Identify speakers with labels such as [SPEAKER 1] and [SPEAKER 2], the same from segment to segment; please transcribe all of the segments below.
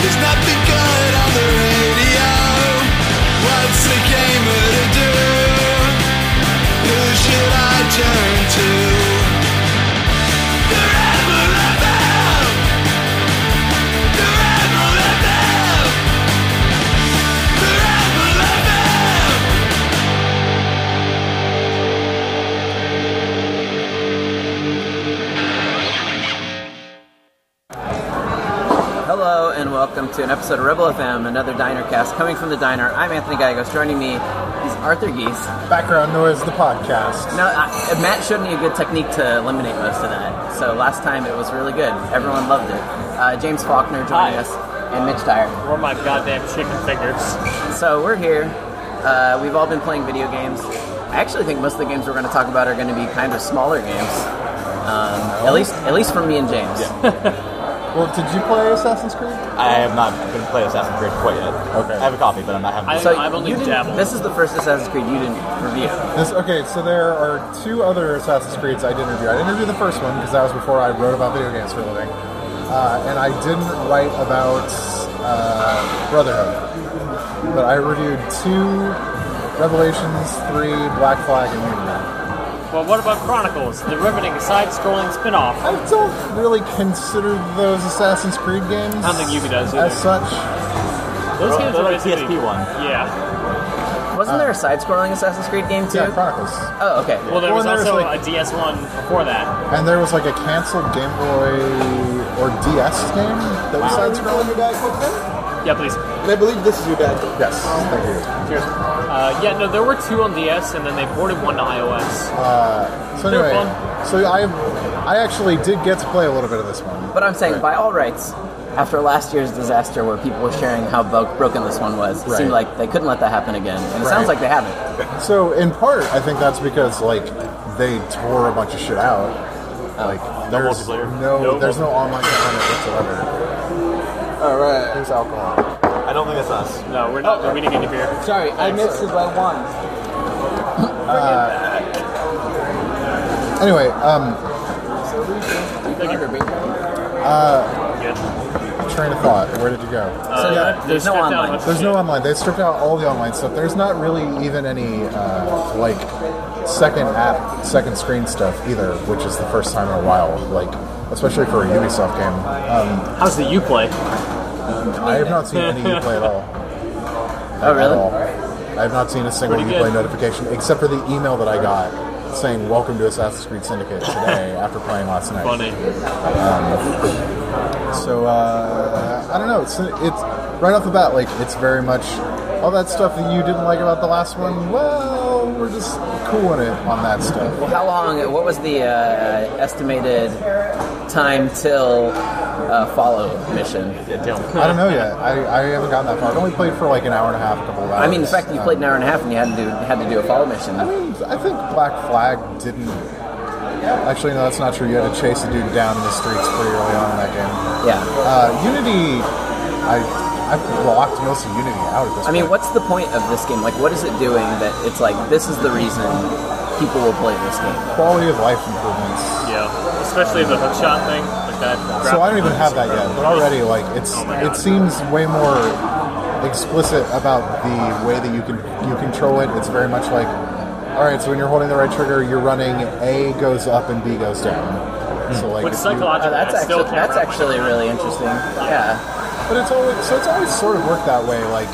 [SPEAKER 1] There's nothing good on the radio. What's the gamer to do? Who should I turn to? The Rebel FM. The Rebel FM. The Rebel FM.
[SPEAKER 2] Hello and welcome to an episode of Rebel FM, another diner cast coming from the diner. I'm Anthony Gallegos. Joining me is Arthur Geese.
[SPEAKER 3] Background noise, the podcast.
[SPEAKER 2] Now, I, Matt showed me a good technique to eliminate most of that. So last time it was really good. Everyone loved it. Uh, James Faulkner joining
[SPEAKER 4] Hi.
[SPEAKER 2] us and Mitch Dyer.
[SPEAKER 4] Or my goddamn chicken fingers.
[SPEAKER 2] So we're here. Uh, we've all been playing video games. I actually think most of the games we're going to talk about are going to be kind of smaller games. Um, at least, at least for me and James.
[SPEAKER 3] Well, did you play Assassin's Creed?
[SPEAKER 5] I have not been playing Assassin's Creed quite yet.
[SPEAKER 3] Okay.
[SPEAKER 5] I have a copy, but I'm not having
[SPEAKER 4] I-
[SPEAKER 5] it.
[SPEAKER 2] So
[SPEAKER 4] I've only
[SPEAKER 2] you didn't-
[SPEAKER 4] dabbled.
[SPEAKER 2] This is the first Assassin's Creed you didn't review.
[SPEAKER 3] This, okay, so there are two other Assassin's Creeds I did review. I didn't review the first one because that was before I wrote about video games for a living, uh, and I didn't write about uh, Brotherhood. But I reviewed two Revelations, three Black Flag, and Mutiny.
[SPEAKER 4] Well, what about Chronicles, the riveting side-scrolling spin-off?
[SPEAKER 3] I don't really consider those Assassin's Creed games.
[SPEAKER 4] I don't think Yubi does either.
[SPEAKER 3] as such.
[SPEAKER 4] Oh, Those games
[SPEAKER 5] they're
[SPEAKER 4] are
[SPEAKER 5] like
[SPEAKER 4] basically-
[SPEAKER 5] PSP one.
[SPEAKER 4] Yeah. Uh,
[SPEAKER 2] Wasn't there a side-scrolling Assassin's Creed game too?
[SPEAKER 3] Yeah, Chronicles.
[SPEAKER 2] Oh, okay.
[SPEAKER 4] Well, there
[SPEAKER 3] Well,
[SPEAKER 4] was
[SPEAKER 3] there's
[SPEAKER 4] also
[SPEAKER 3] like-
[SPEAKER 4] a DS one before that.
[SPEAKER 3] And there was like a canceled Game Boy or DS game that was side scrolling.
[SPEAKER 4] Yeah, please.
[SPEAKER 6] I believe this is your dad.
[SPEAKER 3] Yes, thank you.
[SPEAKER 4] Cheers. Uh, yeah, no, there were two on DS, and then they ported one to iOS.
[SPEAKER 3] So
[SPEAKER 4] They're
[SPEAKER 3] anyway,
[SPEAKER 4] fun.
[SPEAKER 3] so I I actually did get to play a little bit of this one.
[SPEAKER 2] But I'm saying, by all rights, after last year's disaster where people were sharing how bo- broken this one was, it
[SPEAKER 3] Right.
[SPEAKER 2] seemed like they couldn't let that happen again. And it sounds like
[SPEAKER 3] Right.
[SPEAKER 2] they haven't.
[SPEAKER 3] So in part, I think that's because like they tore a bunch of shit out. Like there's
[SPEAKER 5] multiplayer?
[SPEAKER 3] no,
[SPEAKER 5] No
[SPEAKER 3] there's no online component whatsoever.
[SPEAKER 6] All right.
[SPEAKER 3] There's alcohol.
[SPEAKER 5] I don't think that's us.
[SPEAKER 4] No, we're not. We're meeting into beer.
[SPEAKER 6] Sorry, I missed it by one.
[SPEAKER 3] Anyway, um,
[SPEAKER 4] Good.
[SPEAKER 3] train of thought. Where did you go?
[SPEAKER 2] So
[SPEAKER 4] Uh,
[SPEAKER 2] there's
[SPEAKER 4] they
[SPEAKER 2] no
[SPEAKER 4] stripped down
[SPEAKER 2] online.
[SPEAKER 4] a bunch of
[SPEAKER 3] There's no
[SPEAKER 4] shit.
[SPEAKER 3] online. They stripped out all the online stuff. There's not really even any uh, like second app, second screen stuff either, which is the first time in a while. Like especially for a Ubisoft game, um,
[SPEAKER 4] How's the you play?
[SPEAKER 3] I have not seen any Uplay at all.
[SPEAKER 2] Oh,
[SPEAKER 3] At all.
[SPEAKER 2] really?
[SPEAKER 3] I have not seen a single
[SPEAKER 4] Pretty
[SPEAKER 3] Uplay
[SPEAKER 4] good.
[SPEAKER 3] notification except for the email that I got saying "Welcome to Assassin's Creed Syndicate" today after playing last night.
[SPEAKER 4] Funny.
[SPEAKER 3] So uh, I don't know. It's, it's right off the bat, like it's very much all that stuff that you didn't like about the last one. Well, we're just cooling it on that stuff.
[SPEAKER 2] Well, how long, what was the uh, estimated time till uh, follow mission?
[SPEAKER 5] Yeah, don't.
[SPEAKER 3] I don't know yet. I, I haven't gotten that far. I've only played for like an hour and a half, a couple of hours.
[SPEAKER 2] I mean, the fact that you played an
[SPEAKER 3] Um,
[SPEAKER 2] hour and a half and you had to do, had to do a follow mission.
[SPEAKER 3] I mean, I think Black Flag didn't. Actually, no, that's not true. You had to chase a dude down in the streets pretty early on in that game.
[SPEAKER 2] Yeah.
[SPEAKER 3] Uh, Unity, I I've blocked most of Unity out at
[SPEAKER 2] I
[SPEAKER 3] this point.
[SPEAKER 2] mean, what's the point of this game? Like, what is it doing that it's like, this is the reason people will play this game?
[SPEAKER 3] quality of life improvements?
[SPEAKER 4] Yeah. Especially the hookshot thing. Like that.
[SPEAKER 3] So I don't even have that yet, but already like it's
[SPEAKER 4] Oh my
[SPEAKER 3] it
[SPEAKER 4] God.
[SPEAKER 3] seems way more explicit about the way that you can you control it. It's very much like all right, so when you're holding the right trigger, you're running A goes up and B goes down. So like,
[SPEAKER 4] Which
[SPEAKER 3] if
[SPEAKER 2] Oh,
[SPEAKER 3] you-
[SPEAKER 4] psychological.
[SPEAKER 2] that's
[SPEAKER 4] I still
[SPEAKER 2] actually,
[SPEAKER 4] can't
[SPEAKER 2] that's
[SPEAKER 4] remember.
[SPEAKER 2] actually really interesting. Yeah.
[SPEAKER 3] but it's always so it's always sort of worked that way. Like,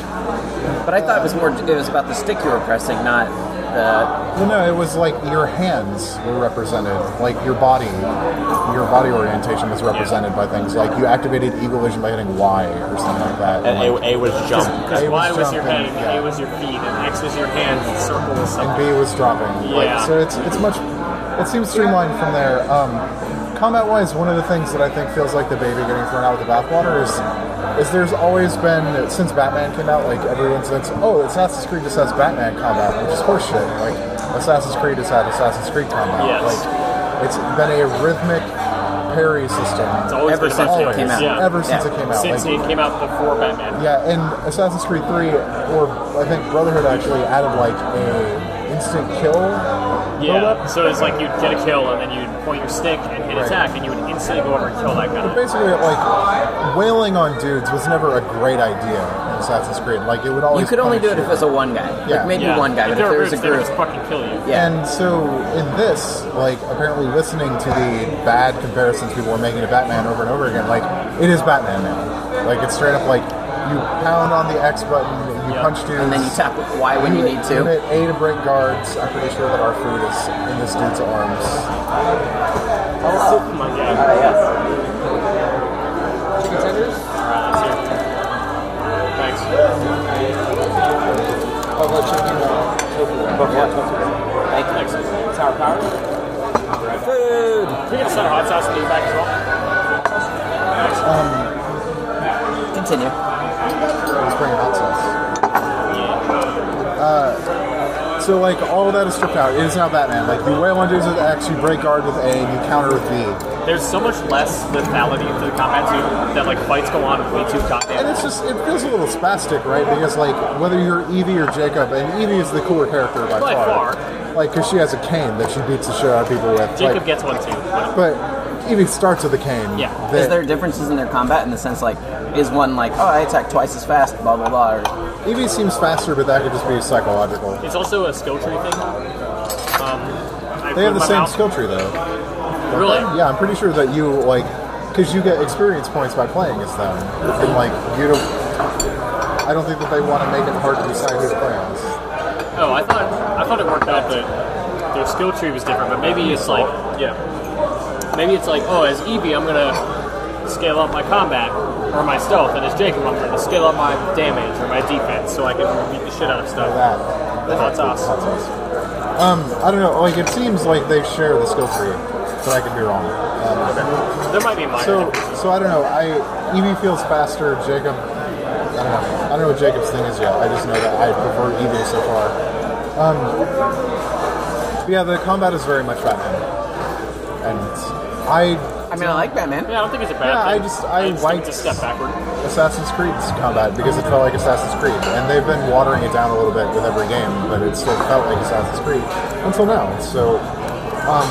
[SPEAKER 2] But I thought it was more. It was about the stick you were pressing, not the.
[SPEAKER 3] well, no, it was like your hands were represented, like your body, your body orientation was represented by things like you activated eagle vision by hitting Y or something like that.
[SPEAKER 5] And
[SPEAKER 3] like,
[SPEAKER 5] A, a was jump.
[SPEAKER 4] Because
[SPEAKER 3] A was
[SPEAKER 4] Y was your head,
[SPEAKER 3] jumping,
[SPEAKER 4] and
[SPEAKER 3] yeah.
[SPEAKER 4] A was your feet, and X was your hands, and circle was something.
[SPEAKER 3] and B was dropping.
[SPEAKER 4] Yeah.
[SPEAKER 3] Like, so it's it's much it seems streamlined from there. Um, combat wise, one of the things that I think feels like the baby getting thrown out with the bathwater is is there's always been since Batman came out, like everyone says, oh, Assassin's Creed just has Batman combat, which is horseshit. Like Assassin's Creed has had Assassin's Creed combat.
[SPEAKER 4] Yes.
[SPEAKER 3] Like it's been a rhythmic parry system.
[SPEAKER 4] It's always
[SPEAKER 2] Ever
[SPEAKER 4] been
[SPEAKER 2] since
[SPEAKER 4] about
[SPEAKER 2] it
[SPEAKER 4] parries.
[SPEAKER 2] came out.
[SPEAKER 4] Yeah.
[SPEAKER 3] Ever since
[SPEAKER 2] Yeah.
[SPEAKER 3] it came out,
[SPEAKER 4] Since
[SPEAKER 3] like,
[SPEAKER 4] it came out before Batman.
[SPEAKER 3] yeah, and Assassin's Creed 3, or I think Brotherhood actually added like a instant kill
[SPEAKER 4] Yeah.
[SPEAKER 3] buildup.
[SPEAKER 4] So it's like you'd get a kill and then you'd point your stick and hit
[SPEAKER 3] Right.
[SPEAKER 4] attack and you would instantly go over and kill that guy.
[SPEAKER 3] Basically, like wailing on dudes was never a great idea in Assassin's Creed. Like it would always.
[SPEAKER 2] You could only do it if it was a one guy.
[SPEAKER 3] Yeah.
[SPEAKER 2] Like maybe
[SPEAKER 4] Yeah.
[SPEAKER 2] one guy, but if
[SPEAKER 4] If there
[SPEAKER 2] there
[SPEAKER 4] were
[SPEAKER 2] was a
[SPEAKER 4] groups, they would
[SPEAKER 2] group.
[SPEAKER 4] just fucking kill you.
[SPEAKER 2] Yeah.
[SPEAKER 3] And so in this, like apparently listening to the bad comparisons people were making to Batman over and over again, like it is Batman now. Like it's straight up like you pound on the X button, you
[SPEAKER 4] Yeah.
[SPEAKER 3] punch dudes,
[SPEAKER 2] And then you tap Y when you need to.
[SPEAKER 3] hit A to break guards. I'm pretty sure that our food is in this dude's arms.
[SPEAKER 4] Oh, come on,
[SPEAKER 2] Uh,
[SPEAKER 4] yeah.
[SPEAKER 6] Chicken tenders?
[SPEAKER 4] Alright, that's it. Thanks.
[SPEAKER 6] Oh, no, chicken uh, tofu.
[SPEAKER 4] Thanks. Can
[SPEAKER 6] Sour power? Food!
[SPEAKER 4] we get a set of hot sauce in the back as well?
[SPEAKER 2] Continue.
[SPEAKER 3] He's bringing hot sauce. Uh, so like all of that is stripped out. It is now Batman. Like you wail on dudes with X, you break guard with A, and you counter with B.
[SPEAKER 4] There's so much less lethality to the combat too that like fights go on way too goddamn.
[SPEAKER 3] And it's just it feels a little spastic, right? Because like whether you're Evie or Jacob, and Evie is the cooler character by,
[SPEAKER 4] By
[SPEAKER 3] far.
[SPEAKER 4] far.
[SPEAKER 3] Like because she has a cane that she beats the shit out of people with.
[SPEAKER 4] Jacob
[SPEAKER 3] like,
[SPEAKER 4] gets one too. but-
[SPEAKER 3] but Evie starts with a cane.
[SPEAKER 4] Yeah.
[SPEAKER 3] that-
[SPEAKER 2] Is there differences in their combat in the sense like is one like oh I attack twice as fast blah blah blah or
[SPEAKER 3] Evie seems faster, but that could just be psychological.
[SPEAKER 4] It's also a skill tree thing. Um, I
[SPEAKER 3] They have the
[SPEAKER 4] put my
[SPEAKER 3] same
[SPEAKER 4] mouth-
[SPEAKER 3] skill tree though.
[SPEAKER 4] Really?
[SPEAKER 3] Yeah, I'm pretty sure that you like because you get experience points by playing as them, and like you don't. I don't think that they want to make it hard to decide who's playing. as.
[SPEAKER 4] Oh, I thought I thought it worked out that their skill tree was different, but maybe it's like yeah, maybe it's like oh, as Evie I'm gonna scale up my combat or my stealth, and as Jacob I'm gonna scale up my damage or my defense so I can beat the shit out of stuff.
[SPEAKER 3] That.
[SPEAKER 4] That's awesome.
[SPEAKER 3] That's awesome. Um, I don't know. Like, it seems like they share the skill tree, but I could be wrong. Um,
[SPEAKER 4] There might be minor.
[SPEAKER 3] so,
[SPEAKER 4] differences.
[SPEAKER 3] so I don't know. I Evie feels faster. Jacob, I don't know. I don't know what Jacob's thing is yet. I just know that I prefer Evie so far. Um, but yeah, the combat is very much Batman, and I
[SPEAKER 2] I mean I like Batman.
[SPEAKER 4] yeah, I don't think it's a bad
[SPEAKER 3] Yeah, I
[SPEAKER 4] thing.
[SPEAKER 3] just- I
[SPEAKER 4] it's
[SPEAKER 3] liked-
[SPEAKER 4] a step backward.
[SPEAKER 3] Assassin's Creed's combat because it felt like Assassin's Creed, and they've been watering it down a little bit with every game, but it still felt like Assassin's Creed until now. So, um,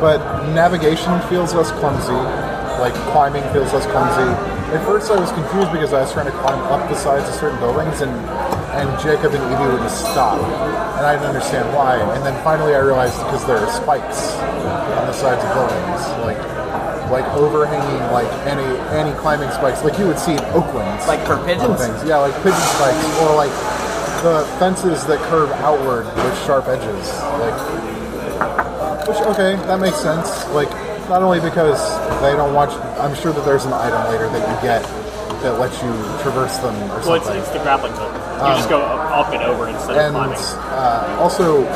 [SPEAKER 3] but navigation feels less clumsy, like climbing feels less clumsy. At first, I was confused because I was trying to climb up the sides of certain buildings, and and Jacob and Evie would just stop, and I didn't understand why. And then finally, I realized because there are spikes on the sides of buildings, like like overhanging like any any climbing spikes like you would see in Oakland.
[SPEAKER 2] Like for
[SPEAKER 3] on
[SPEAKER 2] pigeons?
[SPEAKER 3] things. Yeah, like pigeon spikes or like the fences that curve outward with sharp edges. Like which okay, that makes sense. Like not only because they don't watch I'm sure that there's an item later that you get that lets you traverse them or
[SPEAKER 4] Well, it's,
[SPEAKER 3] something.
[SPEAKER 4] it's the grappling hook. You just go up and over instead of
[SPEAKER 3] Um, and
[SPEAKER 4] climbing.
[SPEAKER 3] uh, also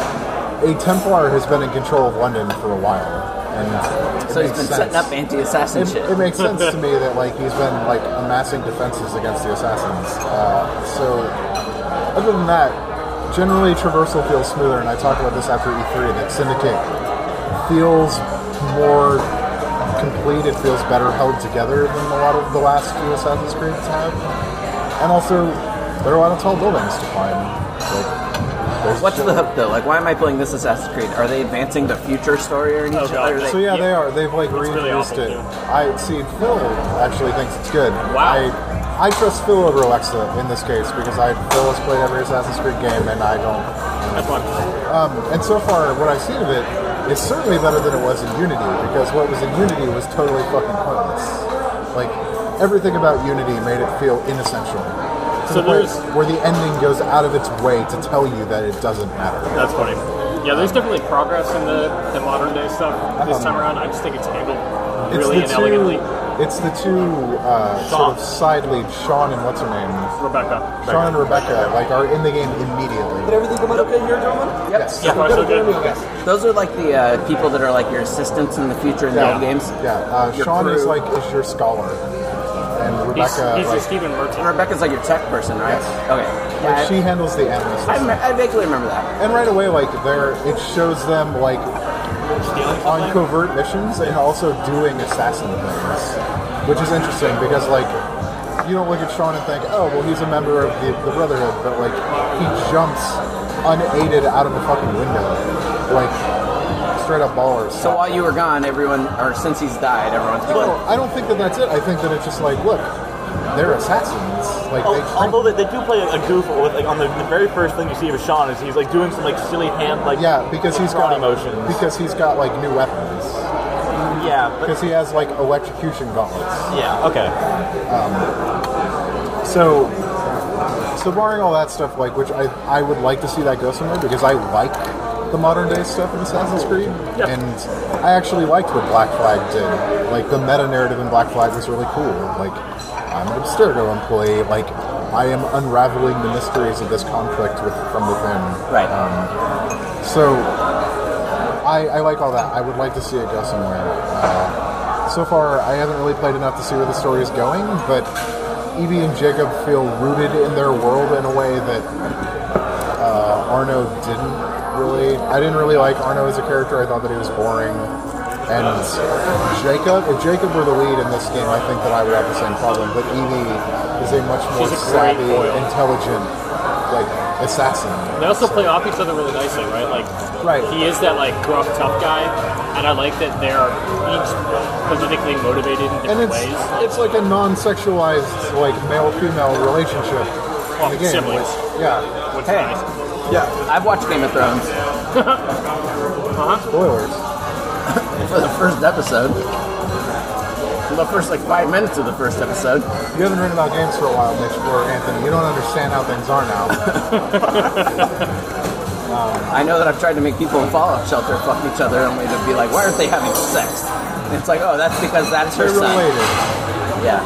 [SPEAKER 3] a Templar has been in control of London for a while. And it
[SPEAKER 2] So he's
[SPEAKER 3] makes
[SPEAKER 2] been
[SPEAKER 3] sense.
[SPEAKER 2] setting up anti-assassin
[SPEAKER 3] It,
[SPEAKER 2] shit.
[SPEAKER 3] it makes sense to me that like he's been like amassing defenses against the assassins. Uh, so other than that, generally traversal feels smoother, and I talked about this after E3 that Syndicate feels more complete. It feels better held together than a lot of the last few Assassin's Creeds have, and also there are a lot of tall buildings to climb. Like, there's
[SPEAKER 2] What's
[SPEAKER 3] ju-
[SPEAKER 2] the hook though? Like why am I playing this Assassin's Creed? Are they advancing the future story or anything?
[SPEAKER 4] Oh, God.
[SPEAKER 2] Or are they-
[SPEAKER 3] So yeah, they are. They've like
[SPEAKER 4] It's really
[SPEAKER 3] reintroduced
[SPEAKER 4] awful,
[SPEAKER 3] it.
[SPEAKER 4] too.
[SPEAKER 3] I see. Phil actually thinks it's good.
[SPEAKER 4] Wow.
[SPEAKER 3] I, I trust Phil over Alexa in this case because I Phil has played every Assassin's Creed game and I don't.
[SPEAKER 4] That's one.
[SPEAKER 3] And so far, what I've seen of it is certainly better than it was in Unity because what was in Unity was totally fucking pointless. Like everything about Unity made it feel inessential. To
[SPEAKER 4] So
[SPEAKER 3] the point
[SPEAKER 4] there's-
[SPEAKER 3] where the ending goes out of its way to tell you that it doesn't matter.
[SPEAKER 4] That's funny. Yeah, there's definitely progress in the, the modern day stuff this
[SPEAKER 3] Um,
[SPEAKER 4] time around. I just think it's handled really and elegantly.
[SPEAKER 3] It's the two uh, sort of side leads, Sean and what's her name?
[SPEAKER 4] Rebecca.
[SPEAKER 3] Sean and Rebecca, like are in the game immediately.
[SPEAKER 6] Did everything come out okay here, gentlemen?
[SPEAKER 2] Yep.
[SPEAKER 3] Yes.
[SPEAKER 4] Yeah, far so good.
[SPEAKER 6] Yes.
[SPEAKER 2] Those are like the uh, people that are like your assistants in the future in the
[SPEAKER 3] Yeah.
[SPEAKER 2] old games.
[SPEAKER 3] Yeah. Uh,
[SPEAKER 2] Your
[SPEAKER 3] Sean is
[SPEAKER 2] crew.
[SPEAKER 3] like is your scholar, and
[SPEAKER 4] He's,
[SPEAKER 3] Rebecca
[SPEAKER 4] he's a
[SPEAKER 3] like,
[SPEAKER 4] Stephen Merchant.
[SPEAKER 2] And Rebecca's like your tech person, right?
[SPEAKER 3] Yes.
[SPEAKER 2] Okay.
[SPEAKER 3] like,
[SPEAKER 2] Yeah,
[SPEAKER 3] she handles the analyst.
[SPEAKER 2] I, I, me- I vaguely remember that.
[SPEAKER 3] and right away, like there, it shows them like
[SPEAKER 4] stealing
[SPEAKER 3] on
[SPEAKER 4] something.
[SPEAKER 3] covert missions and also doing assassin things, which is interesting because like you don't look at Sean and think, oh, well, he's a member of the, the Brotherhood, but like he jumps unaided out of a fucking window like straight up ballers.
[SPEAKER 2] So while you were gone, everyone, or since he's died, everyone's
[SPEAKER 3] I don't, I don't think that that's it. I think that it's just like, look, they're assassins. Like they
[SPEAKER 5] Al-
[SPEAKER 3] train-
[SPEAKER 5] Oh, Although they, they do play a goof with like on the, the very first thing you see of Sean is he's like doing some like silly hand like
[SPEAKER 3] yeah, because he's
[SPEAKER 5] fraud
[SPEAKER 3] got
[SPEAKER 5] emotions.
[SPEAKER 3] because he's got like new weapons.
[SPEAKER 5] yeah, but
[SPEAKER 3] Because he has like electrocution gauntlets.
[SPEAKER 5] yeah, okay.
[SPEAKER 3] So, so barring all that stuff, like which I I would like to see that go somewhere because I like the modern day stuff in Assassin's Creed,
[SPEAKER 4] Yeah.
[SPEAKER 3] and I actually liked what Black Flag did. Like the meta narrative in Black Flag was really cool. Like I'm an Abstergo employee. Like I am unraveling the mysteries of this conflict with from within.
[SPEAKER 2] Right.
[SPEAKER 3] So, I, I like all that. I would like to see it go somewhere. Uh, so far, I haven't really played enough to see where the story is going, but Evie and Jacob feel rooted in their world in a way that uh, Arno didn't really. I didn't really like Arno as a character. I thought that he was boring. And Jacob, if Jacob were the lead in this game, I think that I would have the same problem. But Evie is a much more
[SPEAKER 4] She's a great
[SPEAKER 3] savvy,
[SPEAKER 4] foil.
[SPEAKER 3] intelligent, like assassin.
[SPEAKER 4] They also play off each other really nicely, right? Like,
[SPEAKER 3] Right.
[SPEAKER 4] He is that like gruff, tough guy, and I like that they're each politically motivated in
[SPEAKER 3] and
[SPEAKER 4] different
[SPEAKER 3] it's
[SPEAKER 4] ways.
[SPEAKER 3] it's like a non-sexualized like male-female relationship in
[SPEAKER 4] Well,
[SPEAKER 3] the game.
[SPEAKER 4] siblings.
[SPEAKER 3] which- yeah,
[SPEAKER 4] Which
[SPEAKER 2] Hey.
[SPEAKER 4] is nice.
[SPEAKER 3] yeah.
[SPEAKER 2] I've watched Game of Thrones
[SPEAKER 3] Spoilers.
[SPEAKER 2] for the first episode. For The first like five minutes of the first episode.
[SPEAKER 3] You haven't written about games for a while, Mitch or Anthony. You don't understand how things are now.
[SPEAKER 2] I know that I've tried to make people in Fallout Shelter fuck each other, only to be like, why aren't they having sex? And it's like, oh, that's because that's her
[SPEAKER 3] They're
[SPEAKER 2] son.
[SPEAKER 3] related.
[SPEAKER 2] Yeah.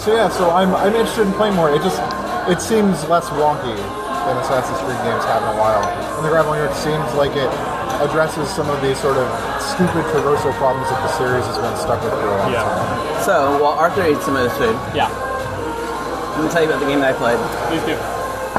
[SPEAKER 3] So yeah, so I'm I'm interested in playing more. It just it seems less wonky than Assassin's Creed games have in a while. And the Graveling Earth seems like it addresses some of these sort of stupid traversal problems that the series has been stuck with for a long
[SPEAKER 4] Yeah.
[SPEAKER 3] time.
[SPEAKER 2] So while Arthur ate some of this food,
[SPEAKER 4] Yeah.
[SPEAKER 2] let me tell you about the game that I played
[SPEAKER 4] Please do.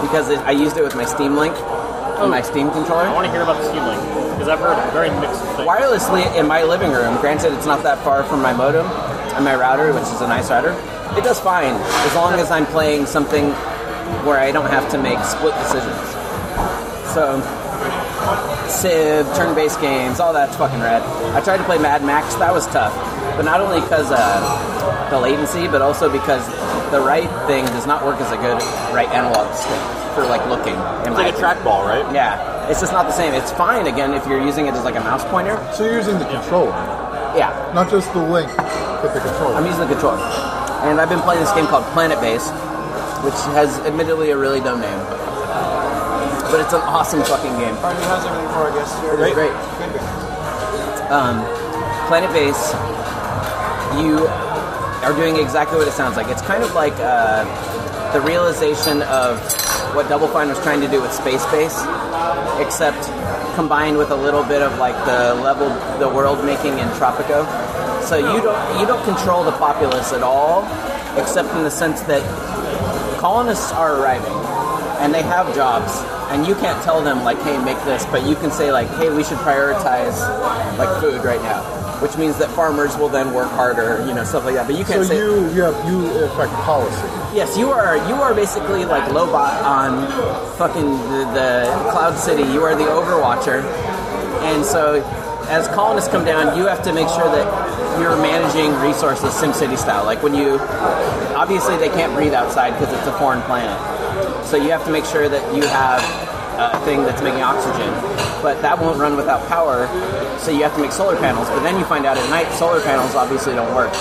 [SPEAKER 2] because it, I used it with my Steam Link and my Steam
[SPEAKER 4] I
[SPEAKER 2] controller.
[SPEAKER 4] want to hear about the Steam Link because I've heard very mixed things.
[SPEAKER 2] wirelessly in my living room. Granted, it's not that far from my modem and my router, which is a nice router. It does fine as long as I'm playing something where I don't have to make split decisions. So, Civ, turn-based games, all that's fucking rad. I tried to play Mad Max. That was tough, but not only because uh, the latency, but also because the right thing does not work as a good right analog stick for like looking.
[SPEAKER 5] It's
[SPEAKER 2] In my
[SPEAKER 5] like a
[SPEAKER 2] opinion.
[SPEAKER 5] trackball, right?
[SPEAKER 2] Yeah, it's just not the same. It's fine again if you're using it as like a mouse pointer.
[SPEAKER 3] So you're using the controller,
[SPEAKER 2] Yeah,
[SPEAKER 3] not just the link, but the controller.
[SPEAKER 2] I'm using the controller. And I've been playing this game called Planet Base, which has admittedly a really dumb name. But it's an awesome fucking game.
[SPEAKER 7] Arnie, how's everything for our guests here?
[SPEAKER 2] It is great.
[SPEAKER 7] Good, good.
[SPEAKER 2] Planet Base, you are doing exactly what it sounds like. It's kind of like uh, the realization of what Double Fine was trying to do with Space Base, except combined with a little bit of like the level, the world making in Tropico. So you don't you don't control the populace at all, except in the sense that colonists are arriving and they have jobs and you can't tell them like hey make this but you can say like hey we should prioritize like food right now which means that farmers will then work harder you know stuff like that but you
[SPEAKER 3] So
[SPEAKER 2] can't say
[SPEAKER 3] you you have you affect policy.
[SPEAKER 2] yes you are you are basically like lobot on fucking the, the cloud city you are the overwatcher and so as colonists come down you have to make sure that you're managing resources SimCity style like when you obviously they can't breathe outside because it's a foreign planet so you have to make sure that you have a thing that's making oxygen, but that won't run without power. So you have to make solar panels. But then you find out at night solar panels obviously don't work.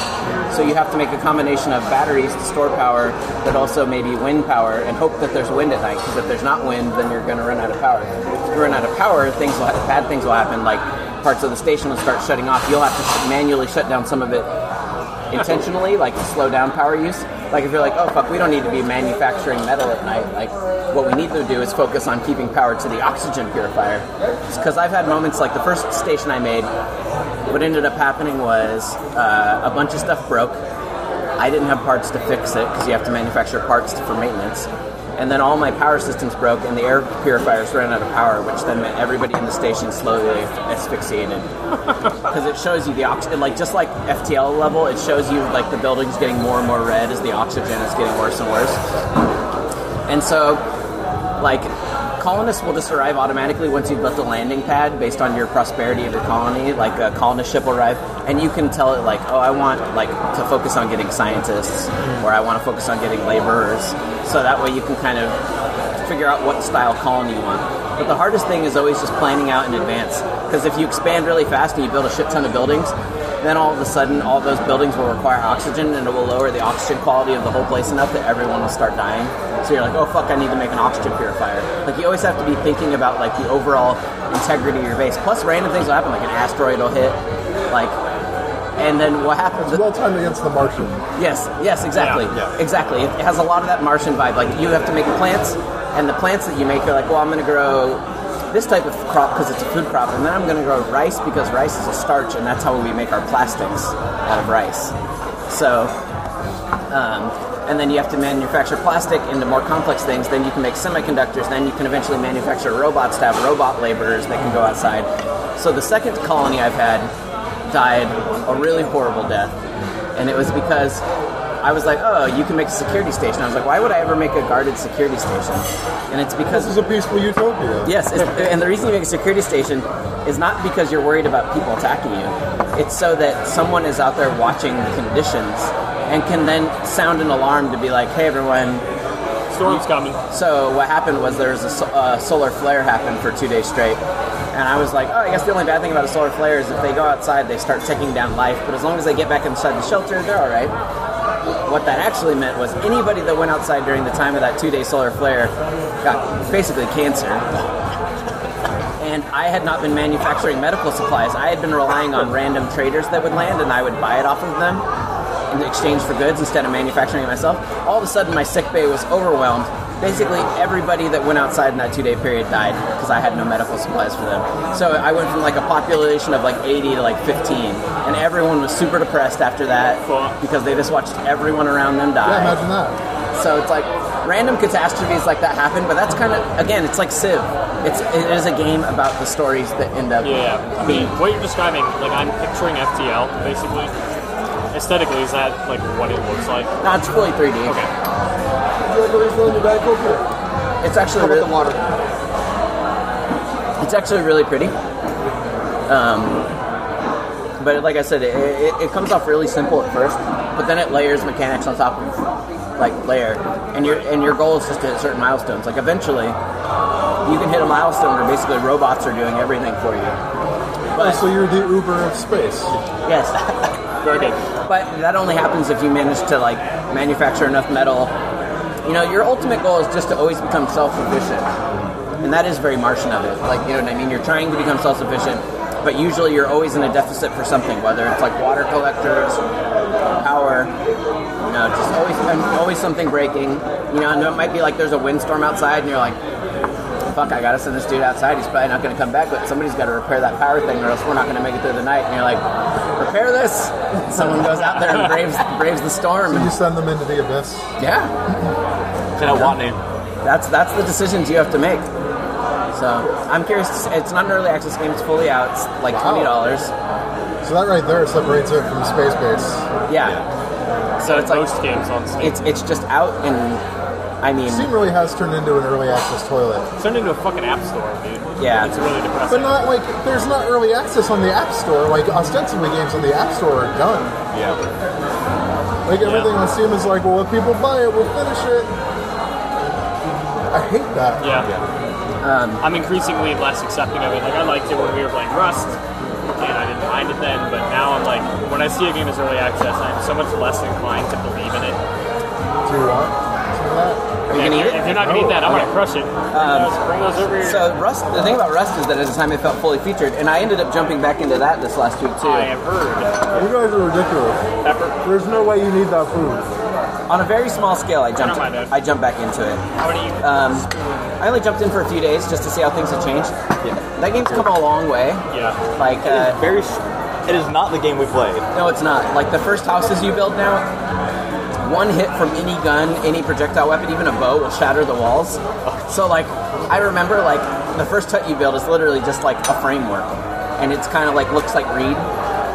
[SPEAKER 2] So you have to make a combination of batteries to store power, but also maybe wind power, and hope that there's wind at night. Because if there's not wind, then you're going to run out of power. If you run out of power, things will ha- bad things will happen. Like parts of the station will start shutting off. You'll have to sh- manually shut down some of it intentionally, like to slow down power use. Like if you're like, oh fuck, we don't need to be manufacturing metal at night. Like what we need to do is focus on keeping power to the oxygen purifier. Because I've had moments like the first station I made. What ended up happening was uh, a bunch of stuff broke. I didn't have parts to fix it because you have to manufacture parts for maintenance. And then all my power systems broke, and the air purifiers ran out of power, which then meant everybody in the station slowly asphyxiated because it shows you the oxygen, like just like FTL level, it shows you like the building's getting more and more red as the oxygen is getting worse and worse. And so, like colonists will just arrive automatically once you've built a landing pad based on your prosperity of your colony. Like a colonist ship will arrive, and you can tell it like, oh, I want like to focus on getting scientists, or I want to focus on getting laborers. So that way you can kind of figure out what style colony you want. But the hardest thing is always just planning out in advance, because if you expand really fast and you build a shit ton of buildings, then all of a sudden all those buildings will require oxygen and it will lower the oxygen quality of the whole place enough that everyone will start dying so you're like oh fuck i need to make an oxygen purifier like you always have to be thinking about like the overall integrity of your base plus random things will happen like an asteroid will hit like and then what happens
[SPEAKER 3] Well timed against the Martian.
[SPEAKER 2] Yes, yes, exactly.
[SPEAKER 5] Yeah, yeah.
[SPEAKER 2] Exactly. It has a lot of that Martian vibe. Like, you have to make plants, and the plants that you make are like, well, I'm going to grow this type of crop because it's a food crop, and then I'm going to grow rice because rice is a starch, and that's how we make our plastics out of rice. So, um, and then you have to manufacture plastic into more complex things. Then you can make semiconductors. Then you can eventually manufacture robots to have robot laborers that can go outside. So the second colony I've had died a really horrible death, and it was because I was like, "Oh, you can make a security station." I was like, "Why would I ever make a guarded security station?" And it's because
[SPEAKER 3] This is a peaceful utopia.
[SPEAKER 2] Yes, it's, and the reason you make a security station is not because you're worried about people attacking you. It's so that someone is out there watching the conditions and can then sound an alarm to be like, "Hey, everyone!"
[SPEAKER 4] Storm's coming.
[SPEAKER 2] So what happened was there was a so- uh, solar flare happened for two days straight, and I was like, "Oh, I guess the only bad thing about a solar flare is if they go outside, they start taking down life. But as long as they get back inside the shelter, they're all right." What that actually meant was anybody that went outside during the time of that two-day solar flare got basically cancer and I had not been manufacturing medical supplies. I had been relying on random traders that would land, and I would buy it off of them in exchange for goods instead of manufacturing it myself. All of a sudden, my sick bay was overwhelmed. Basically, everybody that went outside in that two-day period died because I had no medical supplies for them. So I went from like a population of like 80 to like 15, and everyone was super depressed after that
[SPEAKER 4] Fuck.
[SPEAKER 2] because they just watched everyone around them die.
[SPEAKER 3] Yeah, imagine that.
[SPEAKER 2] So it's like random catastrophes like that happen, but that's kind of again, it's like Civ. It's it is a game about the stories that end up.
[SPEAKER 4] Yeah, I mean, what you're describing, like I'm picturing FTL basically. Aesthetically, is that like what it looks like?
[SPEAKER 2] No, it's fully 3D.
[SPEAKER 4] Okay.
[SPEAKER 6] you like the refill in your bag real quick?
[SPEAKER 2] It's actually
[SPEAKER 6] How about
[SPEAKER 2] really,
[SPEAKER 6] the water?
[SPEAKER 2] it's actually really pretty. Um, but like I said, it, it, it comes off really simple at first, but then it layers mechanics on top of like layer, and your and your goal is just to hit certain milestones. Like eventually, you can hit a milestone where basically robots are doing everything for you. But
[SPEAKER 3] So you're the Uber of space.
[SPEAKER 2] yes.
[SPEAKER 4] Very good.
[SPEAKER 2] But that only happens if you manage to like manufacture enough metal. You know, your ultimate goal is just to always become self-sufficient, and that is very Martian of it. Like, you know what I mean? You're trying to become self-sufficient, but usually you're always in a deficit for something, whether it's like water collectors, power. You know, just always um, always something breaking. You know, and it might be like there's a windstorm outside, and you're like, fuck, I gotta send this dude outside. He's probably not gonna come back, but somebody's gotta repair that power thing, or else we're not gonna make it through the night. And you're like, repair this. Someone goes out there and braves braves the storm.
[SPEAKER 3] You send them into the abyss.
[SPEAKER 2] yeah,
[SPEAKER 5] Can I want name?
[SPEAKER 2] that's that's the decisions you have to make. So I'm curious. to s- It's not an early access game. It's fully out. It's like twenty dollars.
[SPEAKER 3] So that right there separates it from space base.
[SPEAKER 2] Yeah. So it's like
[SPEAKER 4] Most games on Steam.
[SPEAKER 2] it's it's just out and I mean
[SPEAKER 3] Steam really has turned into an early access toilet.
[SPEAKER 4] It's turned into a fucking app store, dude.
[SPEAKER 2] Yeah.
[SPEAKER 4] It's really
[SPEAKER 3] But
[SPEAKER 4] depressing.
[SPEAKER 3] not like there's not early access on the App Store. Like ostensibly games on the App Store are done.
[SPEAKER 5] Yeah.
[SPEAKER 3] Like everything on Steam is like, well, if people buy it, we'll finish it. I hate that.
[SPEAKER 4] Yeah. I'm increasingly less accepting of it. Like I liked it when we were playing Rust, and I didn't mind it then. But now I'm like, when I see a game as early access, I'm so much less inclined to believe in it.
[SPEAKER 3] Do you want some of that?
[SPEAKER 2] are you
[SPEAKER 4] And
[SPEAKER 2] gonna eat it?
[SPEAKER 4] if
[SPEAKER 2] Oh. Um,
[SPEAKER 4] you're not gonna eat that, I'm gonna crush it. Just bring those over here.
[SPEAKER 2] So Rust. The thing about Rust is that at the time it felt fully featured, and I ended up jumping back into that this last week too.
[SPEAKER 4] I have heard.
[SPEAKER 3] You guys are ridiculous.
[SPEAKER 4] Pepper,
[SPEAKER 3] There's no way you need that food.
[SPEAKER 2] On a very small scale, I jumped.
[SPEAKER 4] mind that.
[SPEAKER 2] I jumped back into it.
[SPEAKER 4] how many?
[SPEAKER 2] Um, I only jumped in for a few days just to see how things have changed. That game's come a long way.
[SPEAKER 4] yeah.
[SPEAKER 2] Like,
[SPEAKER 5] It's
[SPEAKER 2] uh,
[SPEAKER 5] very. s- It is not the game we played.
[SPEAKER 2] no, it's not. Like the first houses you build now, one hit from any gun, any projectile weapon, even a bow, will shatter the walls. So, like, I remember like the first hut you build is literally just like a framework, and it's kind of like looks like reed.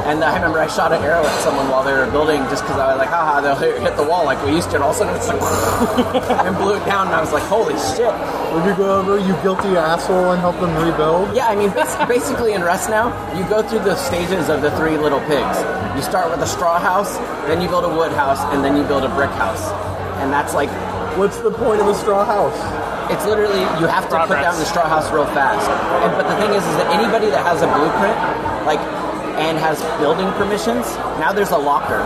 [SPEAKER 2] And I remember I shot an arrow at someone while they were building just because I was like, haha, they'll hit hit the wall like we used to. And all of a sudden it's like, and blew it down. And I was like, holy shit.
[SPEAKER 3] Would you go over, you guilty asshole, and help them rebuild?
[SPEAKER 2] Yeah, I mean, bas- basically in Rust now, you go through the stages of the three little pigs. You start with a straw house, then you build a wood house, and then you build a brick house. And that's like,
[SPEAKER 3] What's the point of a straw house?
[SPEAKER 2] it's literally, you have to put
[SPEAKER 4] Progress.
[SPEAKER 2] down the straw house real fast. And, but the thing is, is that anybody that has a blueprint, like, and has building permissions, now there's a locker.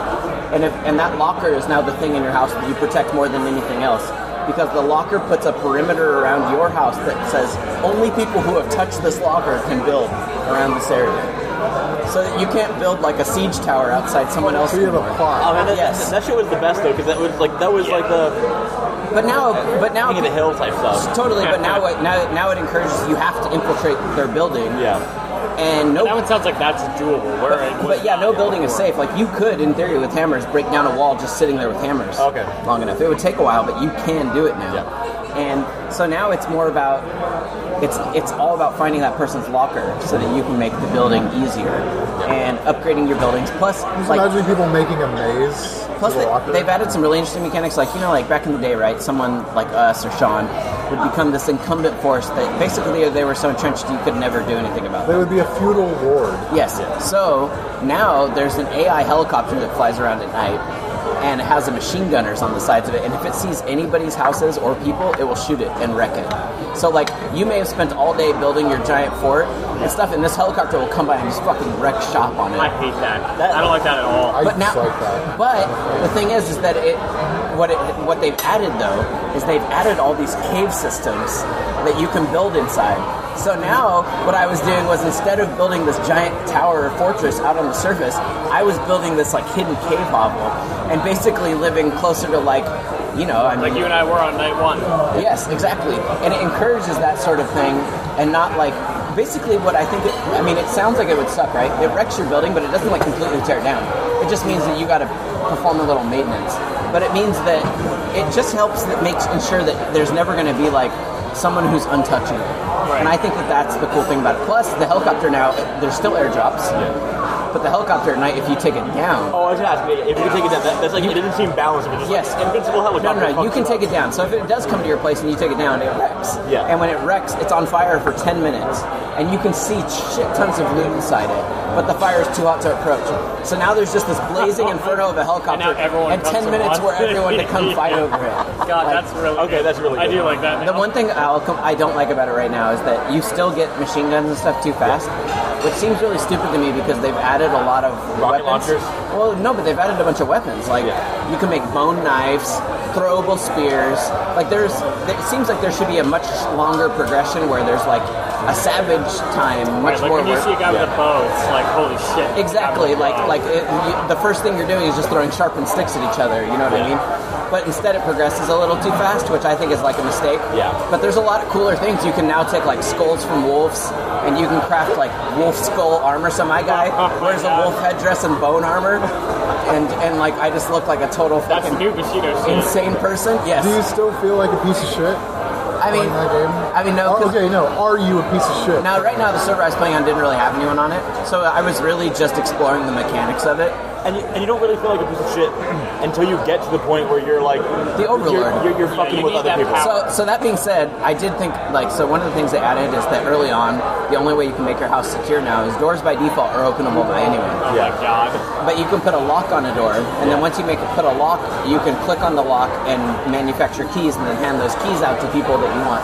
[SPEAKER 2] And, if, and that locker is now the thing in your house that you protect more than anything else. Because the locker puts a perimeter around your house that says only people who have touched this locker can build around this area. So that you can't build like a siege tower outside someone else.
[SPEAKER 3] So you have a
[SPEAKER 2] anymore.
[SPEAKER 3] plot.
[SPEAKER 5] Oh man, that,
[SPEAKER 2] Yes.
[SPEAKER 5] that, that shit was the best though, because that was like that was like the
[SPEAKER 2] But now, but now,
[SPEAKER 5] king of the hill type stuff.
[SPEAKER 2] totally. But now, it, now, now it encourages you have to infiltrate their building.
[SPEAKER 5] Yeah,
[SPEAKER 2] And no
[SPEAKER 4] That one sounds like that's doable. Where it was
[SPEAKER 2] But yeah, no
[SPEAKER 4] not
[SPEAKER 2] building is
[SPEAKER 4] before.
[SPEAKER 2] safe. Like you could, in theory, with hammers, break down a wall just sitting there with hammers.
[SPEAKER 5] Okay.
[SPEAKER 2] Long enough. It would take a while, but you can do it now. And so now it's more about it's it's all about finding that person's locker so that you can make the building easier and upgrading your buildings. Plus,
[SPEAKER 3] Just
[SPEAKER 2] like
[SPEAKER 3] imagine people making a maze.
[SPEAKER 2] Plus,
[SPEAKER 3] to walk
[SPEAKER 2] they,
[SPEAKER 3] in.
[SPEAKER 2] they've added some really interesting mechanics. Like, you know, like back in the day, right? Someone like us or Sean would become this incumbent force that basically they were so entrenched you could never do anything about
[SPEAKER 3] They
[SPEAKER 2] them.
[SPEAKER 3] would be a feudal ward.
[SPEAKER 2] Yes. So now there's an AI helicopter that flies around at night and it has a machine gunners on the sides of it. And if it sees anybody's houses or people, it will shoot it and wreck it. So, like, you may have spent all day building your giant fort and stuff, and this helicopter will come by and just fucking wreck shop on it.
[SPEAKER 4] I hate that.
[SPEAKER 2] That-
[SPEAKER 4] I don't like that at all.
[SPEAKER 3] I
[SPEAKER 2] But now,
[SPEAKER 3] dislike that.
[SPEAKER 2] but the thing is, is that it, what it, what they've added though is they've added all these cave systems that you can build inside. So now, what I was doing was instead of building this giant tower or fortress out on the surface, I was building this like hidden cave hovel, and basically living closer to like, you know, I mean,
[SPEAKER 4] like you and I were on night one.
[SPEAKER 2] Yes, exactly. And it encourages that sort of thing and not like basically what I think it I mean it sounds like it would suck, right? It wrecks your building, but it doesn't like completely tear it down. It just means that you got to perform a little maintenance. But it means that it just helps that makes ensure that there's never going to be like someone who's untouchable. And I think that that's the cool thing about it. Plus, the helicopter now, there's still airdrops. But the helicopter at night, if you take it down,
[SPEAKER 5] Oh, I was gonna ask, if you could take it down, that, that's like, it didn't seem balanced. It was just
[SPEAKER 2] Yes.
[SPEAKER 5] like, invincible
[SPEAKER 2] Oh, No,
[SPEAKER 5] helicopter.
[SPEAKER 2] no, no. You
[SPEAKER 5] fuck
[SPEAKER 2] can
[SPEAKER 5] up.
[SPEAKER 2] take it down. So if it does come to your place and you take it down, it wrecks.
[SPEAKER 5] Yeah.
[SPEAKER 2] And when it wrecks, it's on fire for 10 minutes. And you can see shit tons of loot inside it. But the fire is too hot to approach. So now there's just this blazing inferno of a helicopter.
[SPEAKER 4] And now everyone comes
[SPEAKER 2] 10
[SPEAKER 4] to
[SPEAKER 2] minutes
[SPEAKER 4] watch
[SPEAKER 2] where
[SPEAKER 4] it.
[SPEAKER 2] everyone to come
[SPEAKER 4] Yeah.
[SPEAKER 2] fight over it.
[SPEAKER 4] God,
[SPEAKER 2] Like,
[SPEAKER 4] that's really
[SPEAKER 5] Okay, that's really
[SPEAKER 4] I
[SPEAKER 5] good.
[SPEAKER 4] do like that.
[SPEAKER 2] The
[SPEAKER 4] now.
[SPEAKER 2] one thing I'll com- I don't like about it right now is that you still get machine guns and stuff too fast, which seems really stupid to me because they've added a lot of
[SPEAKER 5] Rocket
[SPEAKER 2] weapons.
[SPEAKER 5] launchers?
[SPEAKER 2] Well, no, but they've added a bunch of weapons. Like
[SPEAKER 5] Yeah.
[SPEAKER 2] you can make bone knives, throwable spears. Like there's, it seems like there should be a much longer progression where there's like a savage time, much
[SPEAKER 4] Right, like
[SPEAKER 2] more.
[SPEAKER 4] when you
[SPEAKER 2] where-
[SPEAKER 4] see a guy with a bow, it's like holy shit.
[SPEAKER 2] Exactly.
[SPEAKER 4] I'm
[SPEAKER 2] Like
[SPEAKER 4] wrong.
[SPEAKER 2] like it, you, the first thing you're doing is just throwing sharpened sticks at each other. You know what I mean? But instead, it progresses a little too fast, which I think is like a mistake.
[SPEAKER 5] Yeah.
[SPEAKER 2] But there's a lot of cooler things. You can now take like skulls from wolves, and you can craft like wolf skull armor. So my guy wears a wolf headdress and bone armor, and and like I just look like a total
[SPEAKER 4] that's
[SPEAKER 2] fucking
[SPEAKER 4] new Bushido shit.
[SPEAKER 2] insane person. Yes.
[SPEAKER 3] Do you still feel like a piece of shit
[SPEAKER 2] I mean,
[SPEAKER 3] in that game?
[SPEAKER 2] I mean no.
[SPEAKER 3] Oh,
[SPEAKER 2] 'cause-
[SPEAKER 3] okay, no. Are you a piece of shit?
[SPEAKER 2] Now, right now, the server I was playing on didn't really have anyone on it, so I was really just exploring the mechanics of it.
[SPEAKER 5] And you, and you don't really feel like a piece of shit until you get to the point where you're like
[SPEAKER 2] The overlord.
[SPEAKER 5] You're, you're, you're fucking
[SPEAKER 4] you
[SPEAKER 5] with
[SPEAKER 4] need
[SPEAKER 5] other
[SPEAKER 4] that
[SPEAKER 5] people.
[SPEAKER 4] power.
[SPEAKER 2] So, so that being said, I did think like so. One of the things they added is that early on, the only way you can make your house secure now is doors by default are openable by anyone.
[SPEAKER 4] Oh my god.
[SPEAKER 2] But you can put a lock on a door, and then once you make put a lock, you can click on the lock and manufacture keys, and then hand those keys out to people that you want.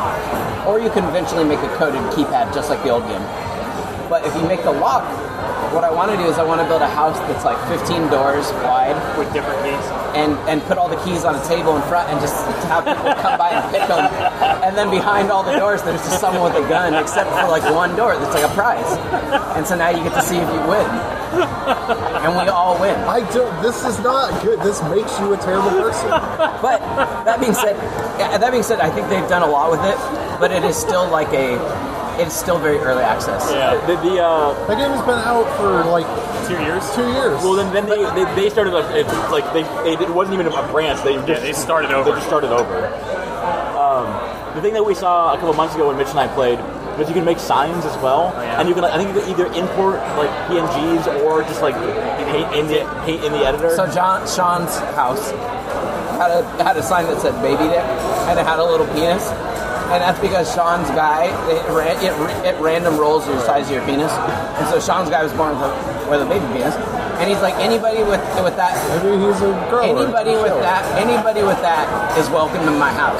[SPEAKER 2] Or you can eventually make a coded keypad, just like the old game. But if you make the lock, what I want to do is I want to build a house that's like 15 doors wide,
[SPEAKER 4] With different keys.
[SPEAKER 2] and, and put all the keys on a table in front and just have people come by and pick them. And then behind all the doors, there's just someone with a gun, except for like one door that's like a prize. And so now you get to see if you win. And we all win.
[SPEAKER 3] I don't. This is not good. This makes you a terrible person.
[SPEAKER 2] But that being said, yeah, that being said, I think they've done a lot with it, but it is still like a, it's still very early access.
[SPEAKER 4] Yeah.
[SPEAKER 5] The, the, uh,
[SPEAKER 3] That game has been out for like
[SPEAKER 4] Two years.
[SPEAKER 3] two years.
[SPEAKER 5] well, then, then they, they, they started like, it's like they, they it wasn't even a branch. They just
[SPEAKER 4] they started
[SPEAKER 5] They
[SPEAKER 4] over.
[SPEAKER 5] just started over. Um, the thing that we saw a couple months ago when Mitch and I played But you can make signs as well,
[SPEAKER 4] Oh, yeah.
[SPEAKER 5] and you can. Like, I think you can either import like PNGs or just like paint in the paint in the editor.
[SPEAKER 2] So John Sean's house had a had a sign that said "baby dick" and it had a little penis, and that's because Sean's guy it ran it, ra- it random rolls your size of your penis, and so Sean's guy was born with a, with a baby penis, and he's like anybody with with that
[SPEAKER 3] Maybe he's a girl. or
[SPEAKER 2] anybody
[SPEAKER 3] a
[SPEAKER 2] with
[SPEAKER 3] show.
[SPEAKER 2] that anybody with that is welcome to my house.